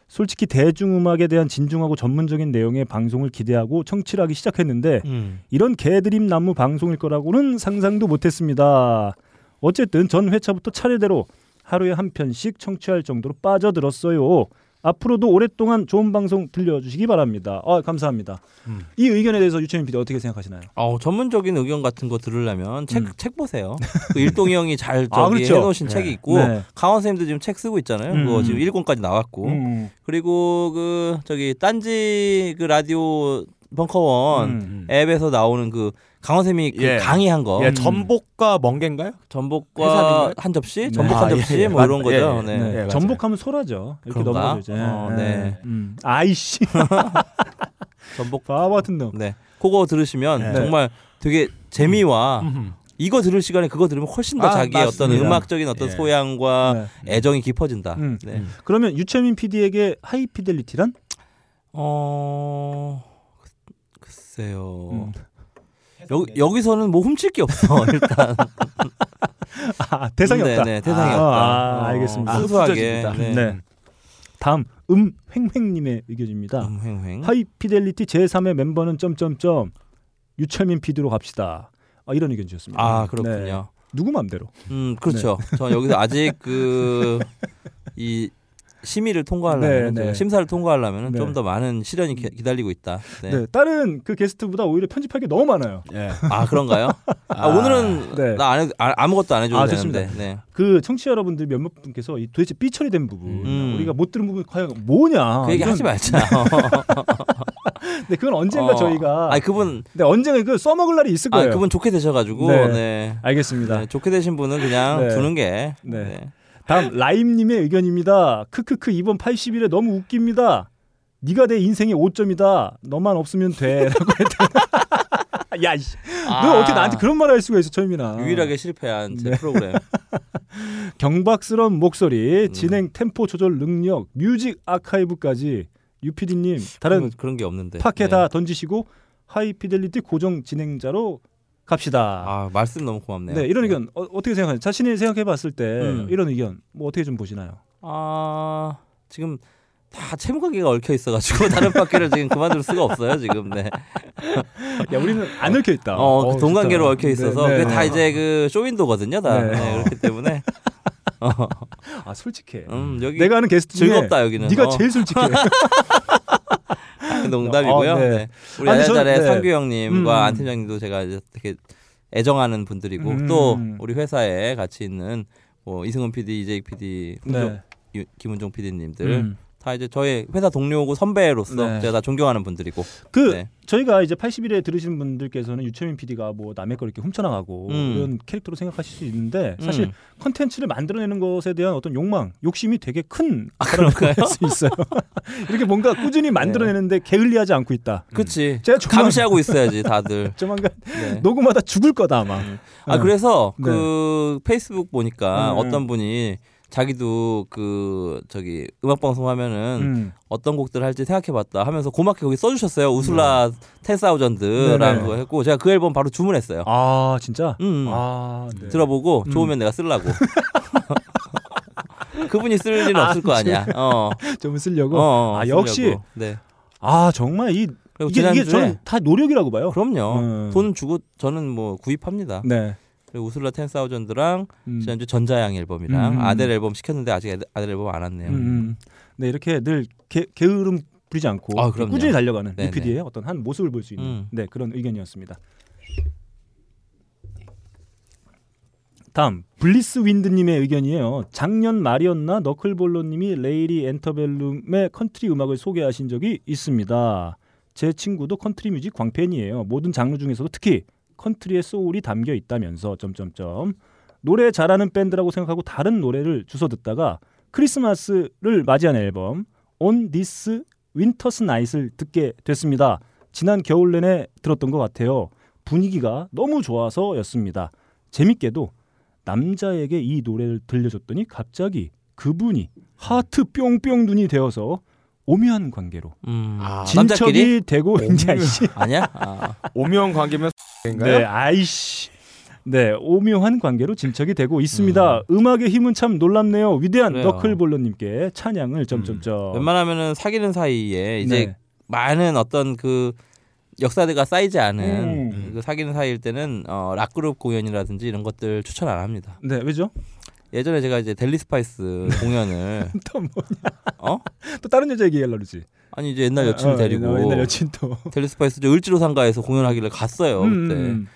B: 솔직히 대중음악에 대한 진중하고 전문적인 내용의 방송을 기대하고 청취를 하기 시작했는데
A: 음.
B: 이런 개드립 나무 방송일 거라고는 상상도 못했습니다. 어쨌든 전 회차부터 차례대로 하루에 한 편씩 청취할 정도로 빠져들었어요. 앞으로도 오랫동안 좋은 방송 들려주시기 바랍니다. 아, 감사합니다. 이 의견에 대해서 유채민 PD 어떻게 생각하시나요?
A: 어, 전문적인 의견 같은 거 들으려면 책,
B: 음.
A: 책 보세요. 그 일동이 형이 잘 저기
B: (laughs) 아, 그렇죠.
A: 해놓으신 책이 있고
B: 네.
A: 강원 선생님도 지금 책 쓰고 있잖아요.
B: 음.
A: 그거 지금 1권까지 나왔고
B: 음.
A: 그리고 그 저기 딴지 그 라디오 벙커원
B: 음.
A: 앱에서 나오는 그 강원 쌤이 그
C: 예.
A: 강의한 거
C: 예, 전복과 멍게인가요?
A: 전복과
C: 회사인가요?
A: 한 접시,
B: 네.
A: 전복 한
C: 아, 예,
A: 접시
C: 예.
A: 뭐 이런
C: 맞-
A: 거죠.
C: 예, 예.
A: 네.
B: 네,
C: 맞아요.
B: 전복하면 소라죠. 이렇게
A: 그런가?
B: 넘어가죠. 이제.
A: 어, 네.
B: 음. 아이씨,
A: 전복
B: 바보 같은 놈.
A: 네. 그거 들으시면
C: 네.
A: 정말 되게 재미와 이거 들을 시간에 그거 들으면 훨씬 더
C: 음, 아,
A: 자기의
C: 맞습니다.
A: 어떤 음악적인 어떤
C: 예.
A: 소양과
B: 네.
A: 애정이 깊어진다.
B: 음.
A: 네.
B: 그러면 유채민 PD에게 하이피델리티란?
A: 어 글- 글쎄요.
B: 음.
A: 여, 여기서는 뭐 훔칠 게
C: (laughs)
A: 없어 일단
B: 아, 대상이
A: 네,
B: 없다.
A: 네, 대상이
B: 아,
A: 없다.
B: 아,
A: 어,
B: 알겠습니다.
A: 순수하게.
C: 아,
A: 네.
B: 네. 다음 음횡횡님의 의견입니다.
A: 음, 횡횡.
B: 하이피델리티 제3의 멤버는 점점점 유철민 피드로 갑시다. 아, 이런 의견 주셨습니다.
A: 아
B: 네.
A: 그렇군요.
B: 누구 맘대로.
A: 음 그렇죠.
B: 네.
A: 저는 여기서 아직 그 이 심의를 통과하려면
B: 네, 네.
A: 심사를 통과하려면
B: 네.
A: 좀 더 많은 시련이 기- 기다리고 있다. 네.
B: 네. 다른 그 게스트보다 오히려 편집할 게 너무 많아요.
C: 예.
A: 아 그런가요?
B: (laughs)
A: 아, 오늘은
B: 네.
A: 나 안 해도- 아, 아무것도 안 해줘도
B: 아, 좋습니다.
A: 되는데. 네.
B: 그 청취자 여러분들 몇몇 분께서 이 도대체 삐처리 된 부분,
A: 음.
B: 우리가 못 들은 부분 과연 뭐냐.
A: 그 얘기
B: 아, 이건-
A: 하지 말자.
B: (laughs) 근데 그건
A: (laughs)
B: 언젠가
A: 어.
B: 저희가.
A: 아니 그분
B: 근데 언젠가 그 써먹을 날이 있을
A: 아
B: 거예요.
A: 그분 좋게 되셔가지고
B: 네.
A: 네.
B: 알겠습니다.
A: 네, 좋게 되신 분은 그냥
B: 네.
A: 두는 게.
B: 네.
A: 네.
B: 다음 라임님의 의견입니다. 크크크 이번 81에 너무 웃깁니다. 네가 내 인생의 오점이다. 너만 없으면 돼라고 (laughs) 했다. (laughs) 야, 이씨. 너 어떻게 나한테 그런 네. 말을 할 수가 있어, 철민아.
A: 아. 유일하게 실패한 제 프로그램.
B: 경박스러운 목소리,
A: 음.
B: 진행 템포 조절 능력, 뮤직 아카이브까지 유피디님 다른
A: 그런 그런 게 없는데.
B: 파케
A: 네.
B: 다 던지시고 하이피델리티 고정 진행자로 갑시다.
A: 아 말씀 너무 고맙네요.
B: 네, 이런 의견 어, 떻게 생각하세요? 자신이 생각해봤을 때
A: 음.
B: 이런 의견 뭐 어떻게 좀 보시나요?
A: 아 지금 다 채무 관계가 얽혀 있어가지고 (laughs) 다른 바퀴를 지금 그만둘 수가 없어요 지금. 네.
B: 야 우리는 안 얽혀 있다.
A: 어, 그 동관계로 얽혀 있어서 그게 다 이제 그 쇼윈도거든요, 다.
B: 네.
A: 네, 그렇기 때문에. (laughs) 어,
B: 아 솔직해.
A: 음, 여기
B: 내가 하는 게스트 중에
A: 즐겁다, 여기는.
B: 네가
A: 어.
B: 제일 솔직해.
A: (laughs) 그 농담이고요.
B: 아, 네.
A: 네. 우리
B: 아니,
A: 아니, 전에
B: 전- 네.
A: 상규 형님과
B: 음.
A: 안 팀장님도 제가 이제 되게 애정하는 분들이고
B: 음.
A: 또 우리 회사에 같이 있는 뭐 이승훈 PD, 이재익 PD,
B: 네.
A: 유- 김은종 PD님들
B: 음.
A: 다 이제 저희 회사 동료고 선배로서
B: 네.
A: 제가 다 존경하는 분들이고.
B: 그
A: 네.
B: 저희가 이제 81회 들으시는 분들께서는 유채민 PD가 뭐 남의 걸 이렇게 훔쳐나가고
A: 음.
B: 이런 캐릭터로 생각하실 수 있는데 사실
A: 음.
B: 컨텐츠를 만들어내는 것에 대한 어떤 욕망, 욕심이 되게 큰
A: 아,
B: 사람이라고 할수 있어요. (laughs) 이렇게 뭔가
A: 네.
B: 꾸준히 만들어내는데 게을리하지 않고 있다.
A: 그치.
B: 제가 조만간-
A: 감시하고 있어야지
B: (laughs)
A: 다들.
B: 조만간
A: 네.
B: 녹음하다 죽을 거다 아마.
A: 아
B: 네.
A: 그래서
B: 네.
A: 그 페이스북 보니까
B: 음.
A: 어떤 분이 자기도 그 저기 음악 방송 하면은
B: 음.
A: 어떤 곡들 할지 생각해봤다 하면서 고맙게 거기 써주셨어요 우슬라 텐사우전드라는
B: 음. 네네.
A: 거 했고 제가 그 앨범 바로 주문했어요.
B: 아 진짜.
A: 음.
B: 아 네.
A: 들어보고 좋으면 내가
B: (laughs)
A: 쓸라고. 그분이 쓸 일은 없을 거 아니야. 어.
B: 좀
A: 어,
B: 쓰려고.
A: 어,
B: 네. 아 역시
A: 쓰려고. 네.
B: 아 정말 이
A: 그리고
B: 이게,
A: 지난주에
B: 이게 저는 다 노력이라고 봐요.
A: 그럼요.
B: 음.
A: 돈 주고 저는 뭐 구입합니다.
B: 네.
A: 그리고 우슬라 텐사우전드랑
B: 음.
A: 지난주 전자양 앨범이랑
B: 음.
A: 아델 앨범 시켰는데 아직 아델- 아델 앨범 안 왔네요.
B: 음, 음. 네 이렇게 늘 게, 게으름 부리지 않고
A: 아, 그럼요.
B: 꾸준히 달려가는
A: 네네.
B: EPD의 어떤 한 모습을 볼 수 있는
A: 음.
B: 네 그런 의견이었습니다. 다음 블리스 윈드님의 의견이에요. 작년 말이었나 너클볼로님이 레이리 엔터벨룸의 컨트리 음악을 소개하신 적이 있습니다. 제 친구도 컨트리 뮤직 광팬이에요. 모든 장르 중에서도 특히 컨트리의 소울이 담겨 있다면서 점점점 노래 잘하는 밴드라고 생각하고 다른 노래를 주워 듣다가 크리스마스를 맞이한 앨범 On This Winter's Night을 듣게 됐습니다. 지난 겨울 내내 들었던 것 같아요. 분위기가 너무 좋아서였습니다. 재밌게도 남자에게 이 노래를 들려줬더니 갑자기 그분이 하트 뿅뿅 눈이 되어서 오묘한 관계로
A: 음.
C: 아,
A: 남자끼리
B: 진척이 되고 이제 아이씨.
A: 아니야?
B: (laughs)
A: 아.
C: 오묘한 관계면 인가요?
B: 네, 아이씨. 네, 오묘한 관계로 진척이 되고 있습니다. 음. 악의 힘은 참 놀랍네요. 위대한
A: 그래요. 음.
B: 너클볼러님께 찬양을 점점점.
A: 웬만하면은 사귀는 사이에 이제
B: 어. 네.
A: 많은 어떤 그 역사대가 쌓이지 않은
B: 음.
A: 그 사귀는 사이일 때는 어, 락그룹 공연이라든지 이런 것들 추천 안 합니다.
B: 네, 왜죠? (laughs)
A: 예전에 제가 이제 델리 스파이스 공연을
B: 또, 뭐,
A: 어
B: 또 다른 여자 얘기하려고 그러지.
A: 아니 이제 옛날 여친을
B: 어,
A: 데리고
B: 옛날, 옛날 여친 또.
A: 델리 스파이스 저 을지로 상가에서 공연하기를 갔어요 그때.
B: 음,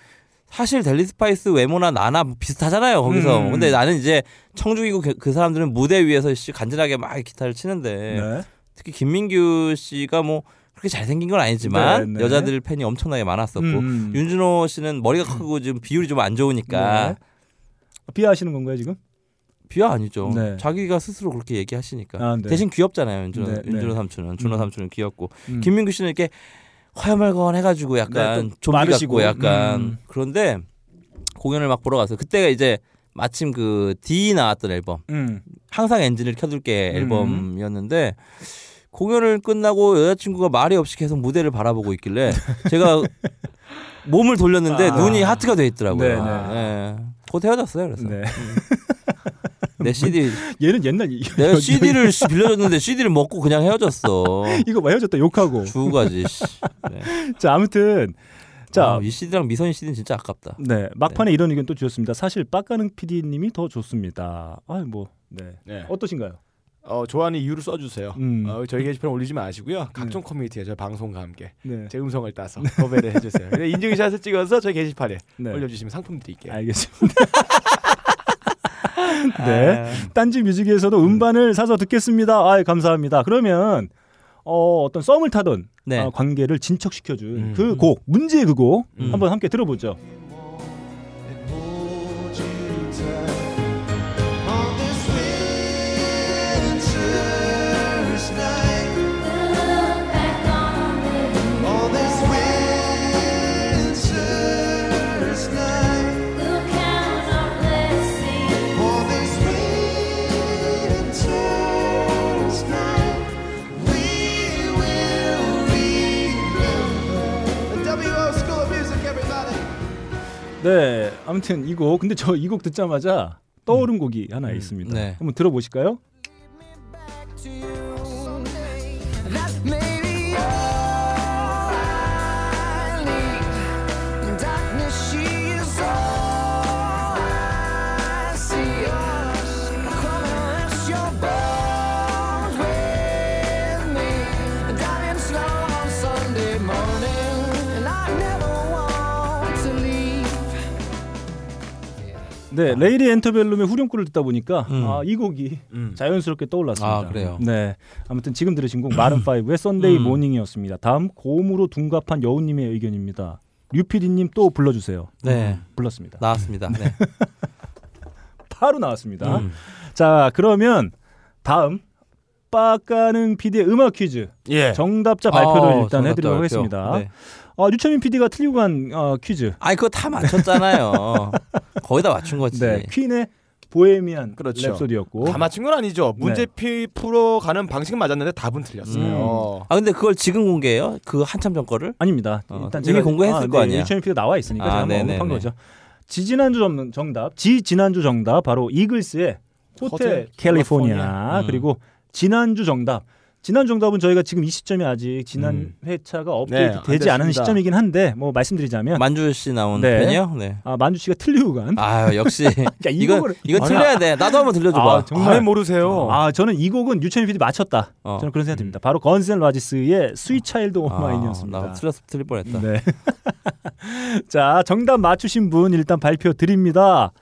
A: 사실 델리 스파이스 외모나 나나 뭐 비슷하잖아요 거기서.
B: 음.
A: 근데 나는 이제 청중이고 그, 그 사람들은 무대 위에서 씨 간지나게 막 기타를 치는데
B: 네.
A: 특히 김민규 씨가 뭐 그렇게 잘생긴 건 아니지만
B: 네, 네.
A: 여자들 팬이 엄청나게 많았었고
B: 음.
A: 윤준호 씨는 머리가 크고 지금 비율이 좀 안 좋으니까
B: 네. 비하하시는 건가요 지금?
A: 비하 아니죠.
B: 네.
A: 자기가 스스로 그렇게 얘기하시니까
B: 아, 네.
A: 대신 귀엽잖아요. 윤준호,
B: 네, 네.
A: 윤준호 삼촌은 준호
B: 음.
A: 삼촌은 귀엽고
B: 음.
A: 김민규 씨는 이렇게 화염말건 해가지고
B: 네,
A: 약간
B: 좀
A: 좀비
B: 마르시고.
A: 같고 약간
B: 음.
A: 그런데 공연을 막 보러 갔어요. 그때가 이제 마침 그 D 나왔던 앨범
B: 음.
A: 항상 엔진을 켜둘게
B: 음.
A: 앨범이었는데 공연을 끝나고 여자친구가 말이 없이 계속 무대를 바라보고
B: (laughs)
A: 있길래 제가 몸을 돌렸는데
B: 아.
A: 눈이 하트가 돼 있더라고요.
B: 네, 네.
A: 예. 곧 헤어졌어요. 그래서
B: 네. (laughs)
A: 내 CD
B: 얘는 옛날 이-
A: 내가 CD를 빌려줬는데 CD를 먹고 그냥 헤어졌어.
B: 이거 봐 헤어졌다 욕하고.
A: 주우가지. 씨. 네.
B: 자 아무튼 자
A: 아, 이 CD랑 미선이 CD는 진짜 아깝다.
B: 네 막판에 이런 의견 또 주셨습니다. 사실 빡가능 PD님이 더 좋습니다. 아뭐 네.
C: 네.
B: 어떠신가요?
C: 어, 좋아하는 이유를 써주세요.
B: 음.
C: 어, 저희 게시판 올리지 마시고요. 각종 커뮤니티에 저희 방송과 함께
B: 네.
C: 제 음성을 따서 커버를 해주세요. 근데
B: (laughs)
C: 인증샷을 찍어서 저희 게시판에
B: 네.
C: 올려주시면 상품 드릴게요.
B: 알겠습니다. (laughs) 네. 딴지 뮤직에서도 음반을 사서 듣겠습니다. 아, 감사합니다. 그러면 어, 어떤 썸을 타던
A: 네.
B: 어, 관계를 진척시켜 준
C: 음.
B: 그 곡, 문제의 그 곡
A: 음.
B: 한번 함께 들어보죠.
H: On this winter's night, on this winter's night, on this winter's night, we will remember. The W.O. School of Music, everybody.
B: 네. 아무튼 이 곡, 근데 저 이 곡 듣자마자 떠오른 곡이 하나 있습니다.
A: 네.
B: 한번 들어보실까요?
H: back to you.
B: 네, 레이리 엔터벨룸의 후렴구를 듣다 보니까
A: 아. 음.
B: 아, 이 곡이
C: 음.
B: 자연스럽게 떠올랐습니다.
A: 아, 그래요? 음.
B: 네, 아무튼 지금 들으신 곡 마른 5의 썬데이 모닝이었습니다. 다음 고음으로 둔갑한 여우님의 의견입니다. 류피디님 또 불러주세요.
A: 네.
B: 불렀습니다.
A: 나왔습니다. 네.
B: 바로 나왔습니다.
A: 음.
B: 자, 그러면 다음 빠까는 PD의 음악 퀴즈
C: 예.
B: 정답자 발표를
A: 네. 아,
B: 일단
A: 정답자
B: 해드리도록
A: 발표.
B: 하겠습니다.
A: 네.
B: 아, 유채민 PD가 틀리고 간 어, 퀴즈.
A: 아니 그거 다 맞췄잖아요. 거의 다 맞춘 거지.
B: 네, 퀸의 보헤미안
C: 그렇죠.
B: 랩소디였고. 네.
C: 다 맞춘 건 아니죠. 문제 피 풀어가는 방식은 맞았는데 답은
B: 음.
C: 틀렸어요.
A: 아 근데 그걸 지금 공개해요? 그 한참 전 거를?
B: 아닙니다.
A: 어,
B: 일단
A: 이미
B: 제가
A: 공개했을
B: 아,
A: 거 아니야.
B: 유치원 피도 나와 있으니까
A: 아,
B: 제가 한번
A: 네네네.
B: 언급한 거죠. 지 지난주 정- 정답, 지 지난주 정답 바로 이글스의 호텔,
C: 호텔
B: 캘리포니아,
C: 캘리포니아.
A: 음.
B: 그리고 지난주 정답. 지난 정답은 저희가 지금 이 시점이 아직 지난
A: 음.
B: 회차가
C: 네,
B: 업데이트
C: 안
B: 되지 않은
C: 됐습니다.
B: 시점이긴 한데 뭐 말씀드리자면
A: 만주 씨 나온
B: 네.
A: 팬이요? 네.
B: 아, 만주 씨가 틀리고 간.
A: 아유
B: (laughs)
A: 역시
B: 이
A: 이건
B: 곡을-
A: 이건
B: 아니,
A: 틀려야 돼. 나도 한번 들려줘봐.
B: 아, 정말
C: 왜 모르세요?
B: 아, 저는 이 곡은 유채민 PD 맞췄다.
A: 어. 아,
B: 저는 그런 생각 듭니다. 바로 건센 라지스의 스윗 차일드 오브 마인이었습니다.
A: 나 틀렸 틀릴 뻔했다.
B: 네. (laughs) 자, 정답 맞추신 분 일단 발표 드립니다.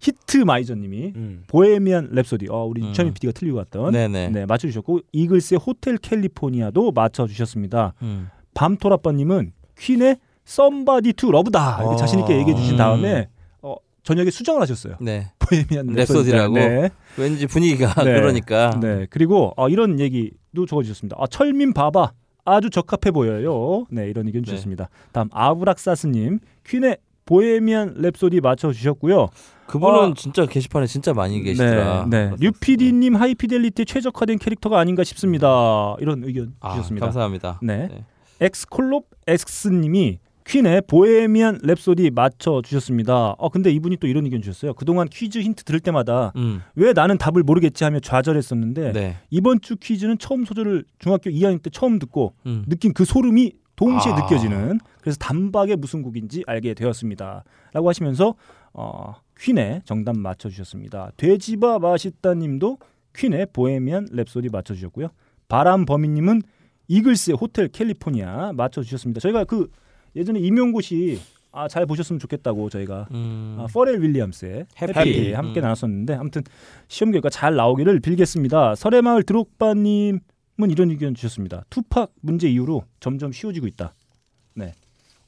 B: 히트 마이저님이
C: 음.
B: 보헤미안 랩소디. 어, 우리
A: 음.
B: 유천민 PD가 틀리고 갔던.
A: 네네.
B: 네, 맞춰주셨고 이글스의 호텔 캘리포니아도 맞춰주셨습니다.
A: 음.
B: 밤토라빠님은 퀸의 썸바디 투 러브다 이렇게
C: 아.
B: 자신 있게 얘기해 주신
A: 음.
B: 다음에 어, 저녁에 수정을 하셨어요.
A: 네.
B: 보헤미안 랩소디다.
A: 랩소디라고?
B: 네.
A: 왠지 분위기가
B: 네.
A: 그러니까.
B: 네. 그리고 어, 이런 얘기도 적어주셨습니다. 아, 철민 바바 아주 적합해 보여요. 네, 이런 의견 주셨습니다. 다음 아브락사스님 퀸의 보헤미안 랩소디 맞춰주셨고요.
A: 그분은
B: 어.
A: 진짜 게시판에 진짜 많이 계시더라.
B: 네, 네. 류피디님 하이피델리티 최적화된 캐릭터가 아닌가 싶습니다. 이런 의견
A: 아,
B: 주셨습니다.
A: 감사합니다.
B: 네.
A: 네.
B: 엑스콜롭 엑스님이 퀸의 보헤미안 랩소디 맞춰 주셨습니다. 어 근데 이분이 또 이런 의견 주셨어요. 그동안 퀴즈 힌트 들을 때마다
A: 음.
B: 왜 나는 답을 모르겠지 하며 좌절했었는데
A: 네.
B: 이번 주 퀴즈는 처음 소절을 중학교 2학년 때 처음 듣고
A: 음.
B: 느낀 그 소름이 동시에
A: 아.
B: 느껴지는 그래서 단박에 무슨 곡인지 알게 되었습니다라고 하시면서 어, 퀸의 정답 맞춰 주셨습니다. 돼지바 맛있다님도 퀸의 보헤미안 랩소디 맞춰 주셨고요. 바람범이님은 이글스의 호텔 캘리포니아 맞춰 주셨습니다. 저희가 그 예전에 임용고시 아, 잘 보셨으면 좋겠다고 저희가
A: 음.
B: 아, 퍼렐 윌리엄스의 해피,
A: 해피.
B: 함께
A: 음.
B: 나눴었는데 아무튼 시험 결과 잘 나오기를 빌겠습니다. 설해마을 드록바님은 이런 의견 주셨습니다. 투팍 문제 이후로 점점 쉬워지고 있다. 네.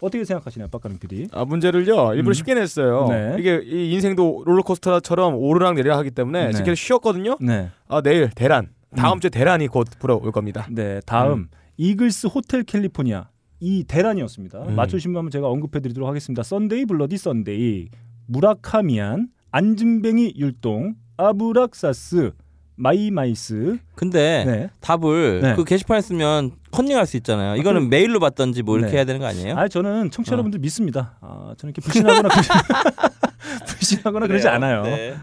B: 어떻게 생각하시나요, 박가능 PD?
C: 아, 문제를요 일부러 쉽게 냈어요.
B: 음. 네.
C: 이게 이 인생도 롤러코스터처럼 오르락 내리락 하기 때문에
B: 네.
C: 지금 쉬었거든요.
B: 네.
C: 아 내일 대란, 다음
B: 음.
C: 주에 대란이 곧 불어올 겁니다.
B: 네. 다음 이글스 호텔 캘리포니아 이 대란이었습니다.
C: 음.
B: 맞추신 분 제가 언급해드리도록 하겠습니다. 썬데이 블러디 썬데이 무라카미안 안진뱅이 율동 아브락사스 마이마이스
A: 근데
B: 네.
A: 답을
B: 네.
A: 그 게시판에 쓰면 컨닝할 수 있잖아요. 이거는
B: 그럼-
A: 메일로 받던지 뭐 이렇게
B: 네.
A: 해야 되는 거 아니에요?
B: 아 저는
A: 어.
B: 청취자 여러분들 믿습니다. 아 저는 이렇게
A: (laughs)
B: 불신하거나 그러지- 불신하거나 그러지 않아요.
A: 네.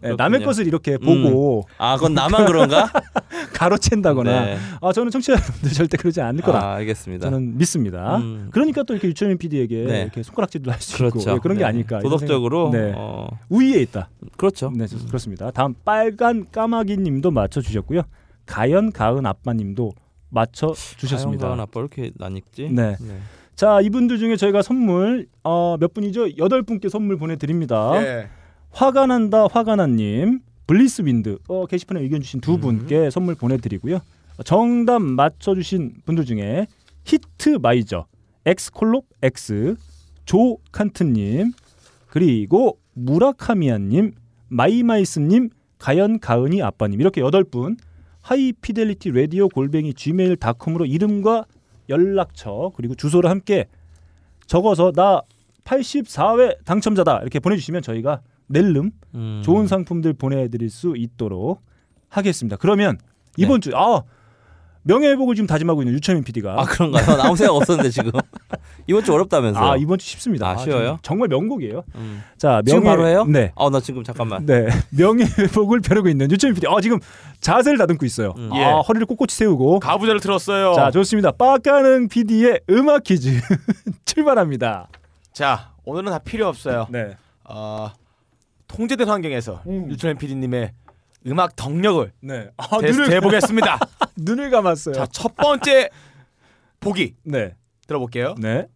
B: 네, 남의
A: 그렇군요. 음.
B: 것을 이렇게 보고
A: 아, 그건 나만
B: (laughs)
A: 그런가?
B: 가로챈다거나
A: 네.
B: 아 저는 청취자 여러분들 절대 그러지 않을 거라
A: 아, 알겠습니다.
B: 저는 믿습니다.
A: 음.
B: 그러니까 또 이렇게 유철민 PD에게
A: 네.
B: 이렇게 손가락질도 할 수
A: 그렇죠.
B: 있고 예, 그런 게
A: 네.
B: 아닐까. 이런
A: 도덕적으로
B: 생각- 네.
A: 어,
B: 우위에 있다.
A: 그렇죠.
B: 네 그렇습니다. 다음 빨간 까마귀님도 맞춰주셨고요. 가연 가은 아빠님도 맞춰주셨습니다.
A: 아빠 왜 이렇게 안 읽지?
B: 네. 자 이분들 중에 저희가 선물 어, 몇 분이죠? 여덟 분께 선물 보내드립니다.
C: 예.
B: 화가 난다 화가 난님 블리스 윈드 어, 게시판에 의견 주신 두 분께 선물 보내드리고요. 정답 맞춰주신 분들 중에 히트 마이저 엑스콜롭 엑스 조 칸트님 그리고 무라카미안님 마이마이스님 가연 가은이 아빠님 이렇게 여덟 분 하이피델리티 라디오 골뱅이 gmail.com으로 이름과 연락처 그리고 주소를 함께 적어서 나 84회 당첨자다 이렇게 보내주시면 저희가 낼름
A: 음.
B: 좋은 상품들 보내드릴 수 있도록 하겠습니다. 그러면 이번 주 아, 명예회복을 지금 다짐하고 있는 유철민 PD가
A: 네. 아 그런가요? 아무 생각 없었는데 지금 (laughs) 이번 주 어렵다면서요?
B: 아, 이번 주 쉽습니다.
A: 아,
B: 아,
A: 쉬워요?
B: 정말, 정말 명곡이에요.
A: 음.
B: 자 명예,
A: 지금 바로 해요?
B: 네.
A: 아, 나 지금 잠깐만.
B: 네 (laughs) 명예회복을 벼르고 있는 유철민 PD. 아 지금 자세를 다듬고 있어요.
A: 음.
B: 아,
C: 예.
B: 허리를 꼿꼿이 세우고.
C: 가부좌를 틀었어요.
B: 자 좋습니다. 빠까는 PD의 음악 퀴즈 (laughs) 출발합니다.
C: 자, 오늘은 다 필요 없어요.
B: 네. 음.
C: 아, 통제된 환경에서 유철현 PD님의 음악 덕력을
B: 네. 아,
C: 테스트
B: 눈을
C: 해보겠습니다.
B: (laughs) 눈을 감았어요.
C: 자, 첫 번째 보기
B: 네.
C: 들어볼게요.
B: 네.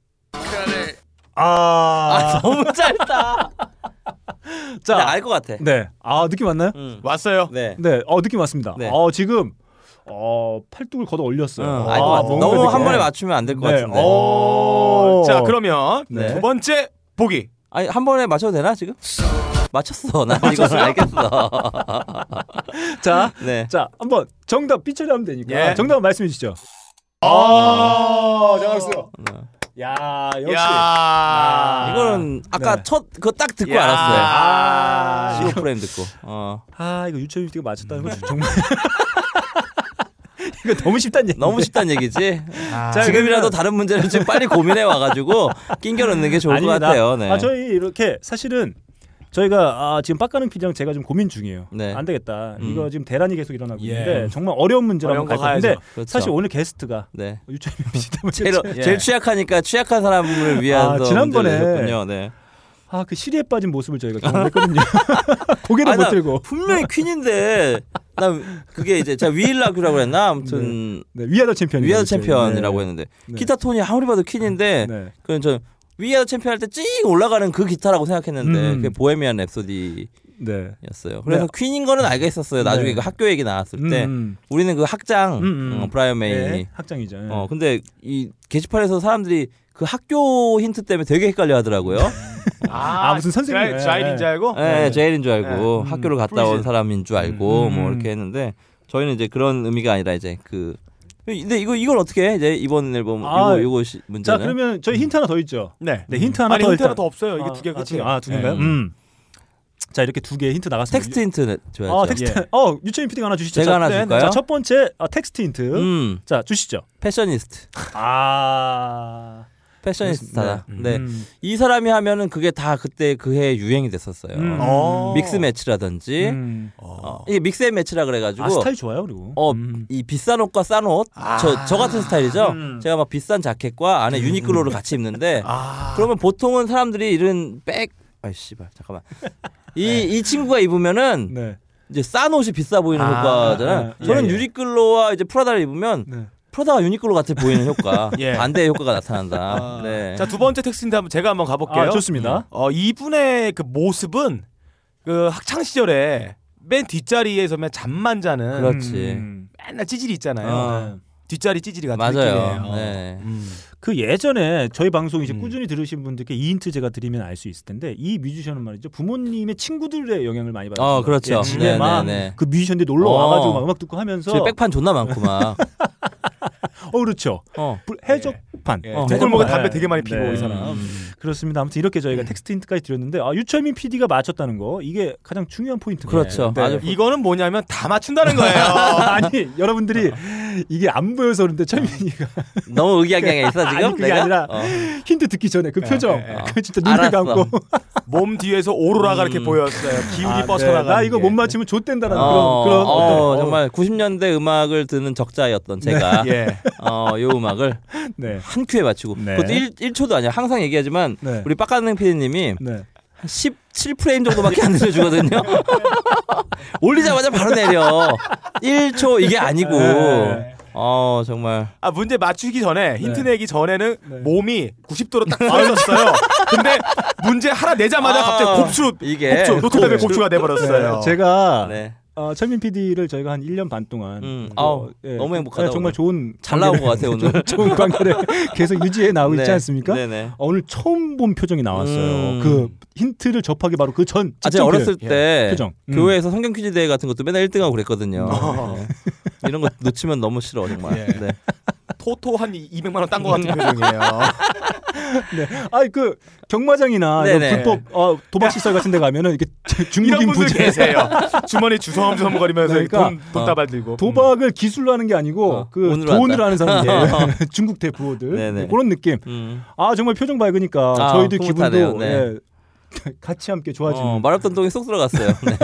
B: (laughs)
A: 아, 너무 짧다. 나
B: 자,
A: 알 것 같아.
B: 네. 아 느낌 왔나요?
A: 음.
C: 왔어요.
A: 네.
B: 네. 어 느낌 왔습니다.
A: 네.
B: 어 지금 어 팔뚝을 걷어 올렸어요.
A: 응,
B: 아,
A: 알것 같아.
B: 뭔가
A: 너무
B: 느낌-
A: 한 번에 맞추면 안 될 것
B: 네.
A: 같은데.
B: 어.
C: 자 그러면
B: 네.
C: 두 번째 보기.
A: 아니 한 번에 맞춰도 되나 지금? 맞췄어. 나 이거
B: (laughs)
A: 알겠어.
B: 자,
A: 네.
B: 자 한번 정답 삐처리하면 되니까
C: 예.
B: 정답 말씀해 주시죠.
C: 아,
B: 어, 장학수.
A: 아,
B: 야 아, 역시.
C: 야,
A: 이거는 아까
B: 네.
A: 첫 그거 딱 듣고
C: 야.
A: 알았어요.
B: 아,
A: 시오 프레임 듣고. 어.
B: 아 이거 유채윤 씨가 맞췄다는
A: 음.
B: 거 정말. (laughs) 이거 너무 쉽단 얘기.
A: 너무 쉽단 얘기지.
B: (laughs) 자,
A: 지금이라도
B: 그러면-
A: 다른 문제를 좀 빨리 고민해 와가지고 낑겨 넣는 게 좋을
B: 아닙니다.
A: 것 같아요. 네.
B: 아 저희 이렇게 사실은 저희가 아, 지금 빡가는 피디랑 제가 좀 고민 중이에요.
A: 네.
B: 안 되겠다.
A: 음.
B: 이거 지금 대란이 계속 일어나고
C: 예.
B: 있는데 정말 어려운 문제로
C: 어려운
B: 한번
C: 거
B: 갈 건데
C: 가야죠.
A: 그렇죠.
B: 사실 오늘 게스트가
A: 네. (laughs)
B: 유채윤 씨 때문에
A: 제일,
B: 그 제가-
A: 제일 취약하니까 취약한 사람을 위한
B: 아,
A: 서
B: 지난번에
A: 문제군요. 네.
B: 아, 그 시리에 빠진 모습을 저희가 경험했거든요. (laughs) 고개도
A: 아니,
B: 못
A: 나
B: 들고.
A: 분명히 퀸인데 나 그게 이제 자 위일라큐라고 그랬나 아무튼
B: 네, 위아더 챔피언.
A: 위아더 챔피언이라고 했는데
B: 네.
A: 기타 톤이 아무리 봐도 퀸인데
B: 네.
A: 그건 저 위아더 챔피언 할 때 찡 올라가는 그 기타라고 생각했는데
B: 음.
A: 그게 보헤미안 랩소디였어요.
B: 네.
A: 그래서 퀸인 거는 알겠었어요. 나중에
B: 네.
A: 그 학교 얘기 나왔을 때
B: 음,
A: 우리는 그 학장
B: 음, 음.
A: 어, 브라이언
B: 음.
A: 메인이
B: 네, 학장이죠. 예.
A: 어 근데 이 게시판에서 사람들이 그 학교 힌트 때문에 되게 헷갈려 하더라고요.
B: 아, 무슨 선생님.
C: 자- 자일인 줄 알고.
A: 예, 제일인 줄 알고
B: 네.
A: 학교를
B: 어, 음,
A: 갔다 온
C: 프리즌.
A: 사람인 줄 알고
B: 음.
A: 뭐 이렇게 했는데 저희는 이제 그런 의미가 아니라 이제 그 근데 이거 이걸 어떻게 해? 이제 이번 앨범
B: 아,
A: 이거 이거 시-
B: 자,
A: 문제는 음.
B: 그러면 저희 힌트 하나 더 있죠.
C: 네.
B: 네, 힌트 하나
C: 아니
B: 더
C: 힌트 하나
B: 일단-
C: 더 없어요. 이게
B: 아,
C: 두 개가
B: 아, 두
C: 끝이에요.
B: 개. 아, 두 개인가요?
A: 네.
B: 음. 자, 이렇게 두 개의 힌트 나갔습니다.
A: 텍스트 힌트 줘야죠. 예.
B: 아, 텍스트. 어, 유채민 PD가 하나 주시죠.
A: 제가
B: 자,
A: 하나
B: 네,
A: 줄까요?
B: 자, 첫 번째 아, 텍스트 힌트.
A: 음
B: 자, 주시죠.
A: 패셔니스트
B: 아.
A: 패셔니스타다.
C: 음.
A: 네.
B: 음.
A: 이 사람이 하면은 그게 다 그때 그 해 유행이 됐었어요.
B: 음.
C: 어.
A: 믹스 매치라든지
B: 음.
A: 어, 이게 믹스 앤 매치라 그래가지고
B: 아, 스타일 좋아요, 그리고.
A: 어,
B: 음. 아.
A: 이 비싼 옷과 싼 옷, 저, 저 같은 스타일이죠. 제가 막 비싼 자켓과
B: 음.
A: 안에 유니클로를 같이
B: (laughs)
A: 입는데,
B: 아.
A: 그러면 보통은 사람들이 이런 백, 아이 씨발 잠깐만, 이 이 친구가 입으면은
B: 네.
A: 이제 싼 옷이 비싸 보이는
C: 아,
A: 효과잖아요.
B: 아, 아,
A: 저는
B: 예, 예.
A: 유니클로와 이제 프라다를 입으면
B: 네.
A: 프라다가 유니클로 같아 보이는
B: (laughs)
A: 효과,
C: 예.
A: 반대의 효과가 나타난다. 네.
C: 자두 번째 텍스트인데 한번 제가 한번 가볼게요.
B: 아, 좋습니다.
C: 어 이분의 그 모습은 그 학창 시절에 맨 뒷자리에서 맨 잠만 자는
A: 그렇- 그렇지.
B: 음.
C: 맨날 찌질이 있잖아요.
A: 어.
B: 네.
C: 뒷자리 찌질이 같은
A: 맞아요.
C: 느낌이에요.
A: 네.
C: 음.
B: 그 예전에 저희 방송 이제
C: 음.
B: 꾸준히 들으신 분들께 이 힌트 제가 드리면 알 수 있을 텐데 이 뮤지션은 말이죠 부모님의 친구들의 영향을 많이 받았어요.
A: 어, 그렇죠.
B: 예, 집에
A: 네,
B: 막
A: 네, 네.
B: 그 뮤지션들이 놀러
A: 어.
B: 와가지고 막 음악 듣고 하면서
A: 집에 백판 존나 많고 막.
B: 어 그렇죠 (laughs)
A: 어.
B: 불- 해적판
A: 네.
C: 예.
B: 어,
C: 대골목에
B: 해적판.
C: 담배 되게 많이 피고
B: 네.
C: 이 사람.
B: 그렇습니다. 아무튼 이렇게 저희가
A: 네.
B: 텍스트 힌트까지 드렸는데 아, 유철민 PD가 맞췄다는 거 이게 가장 중요한 포인트입니다.
A: 그렇죠.
B: 네.
A: 아주
C: 이거는 뭐냐면
A: (laughs)
C: 다 맞춘다는
B: (laughs)
C: 거예요.
B: 아니 여러분들이 이게 안 보여서 그런데 철민이가
A: (laughs) 너무 의기양양해 있어 어. 지금
B: (laughs) 아니, 그게
A: 내가?
B: 아니라
A: 어.
B: 힌트 듣기 전에 그 표정
C: 예, 예.
B: 그 진짜 눈을
A: 알았어.
B: 감고
C: 몸 뒤에서 오로라가 이렇게
A: 음.
C: 보였어요. 기운이 뻗쳐나가.
B: 아, 네. 나 이거 못 맞히면 좆된다라는
A: 어,
B: 그런 그런 네.
A: 어,
B: 어떤-
A: 정말 90년대 음악을 듣는 적자였던
B: (laughs)
A: 제가
C: 예.
A: 어, 요 음악을
B: 네.
A: 한 큐에 맞추고
B: 네.
A: 그것도 1, 초도 아니야 항상 얘기하지만
B: 네.
A: 우리 빡가능 PD님이
B: 네.
A: 17프레임 정도밖에
B: (laughs)
A: 안 내려주거든요 (laughs) 올리자마자 바로 내려 1초 이게 아니고
B: 네.
A: 어 정말
C: 아 문제 맞추기 전에 힌트
B: 네.
C: 내기 전에는
B: 네.
C: 몸이 90도로 딱 떨어졌어요. 근데 문제 하나 내자마자
A: 아,
C: 갑자기 곱추로
A: 이게
C: 곱추 로또다발
B: 네.
C: 곱추가 돼버렸어요.
B: 제가
A: 네.
B: 어, 철민 PD를 저희가 한 1년 반 동안
A: 음,
B: 뭐,
A: 아우, 너무 행복하다,
B: 정말
A: 오늘.
B: 좋은
A: 잘 나온
B: 관계를-
A: 것 같아요,
B: (laughs)
A: 오늘.
B: 좋은 관계를 계속 유지해 나오고 있지
A: 네.
B: 않습니까?
A: 네네.
B: 어, 오늘 처음 본 표정이 나왔어요.
A: 음.
B: 그 힌트를 접하기 바로 그전
A: 아, 제가 어렸을 때
B: 표정. 음. 어.
A: 교회에서 성경 퀴즈 대회 같은 것도 맨날 1등하고 그랬거든요. 네. 이런 거 놓치면 너무 싫어
B: (laughs)
A: 정말.
C: 예.
A: 네.
C: 토토 한 200만 원 딴 거
B: 음.
C: 같은 표정이에요.
B: 아니 그 경마장이나 이런
A: 네네.
B: 불법 어, 도박 시설 같은 데 가면은 (laughs) 이렇게
C: 이런
B: 중국인
C: 분들
B: 부재
C: 계세요. 주머니 주섬주섬거리면서
B: 그러니까,
C: 돈, 돈다발 들고.
B: 도박을 기술로 하는 게 아니고
A: 어,
B: 그
A: 돈으로
B: 돈을
A: 한다. 어.
B: 하는
A: (laughs)
B: 사람들 (laughs) 중국 대부호들
A: 네네.
B: 그런 느낌
A: 음.
B: 아 정말 표정 밝으니까
A: 아,
B: 저희도
A: 흐뭇하네요.
B: 기분도
A: 네.
B: 예, (laughs) 같이 함께 좋아지는
A: 어, 말없던 똥이 쏙
B: (laughs)
A: 들어갔어요. 네.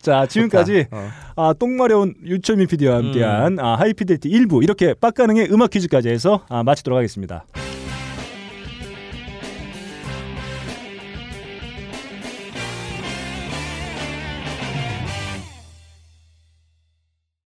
B: 자 지금까지
A: 어. 음.
B: 아, 똥마려운 유철민 PD와 함께한 아, 하이피델티 1부 이렇게 빡가능의 음악 퀴즈까지 해서 아, 마치도록 하겠습니다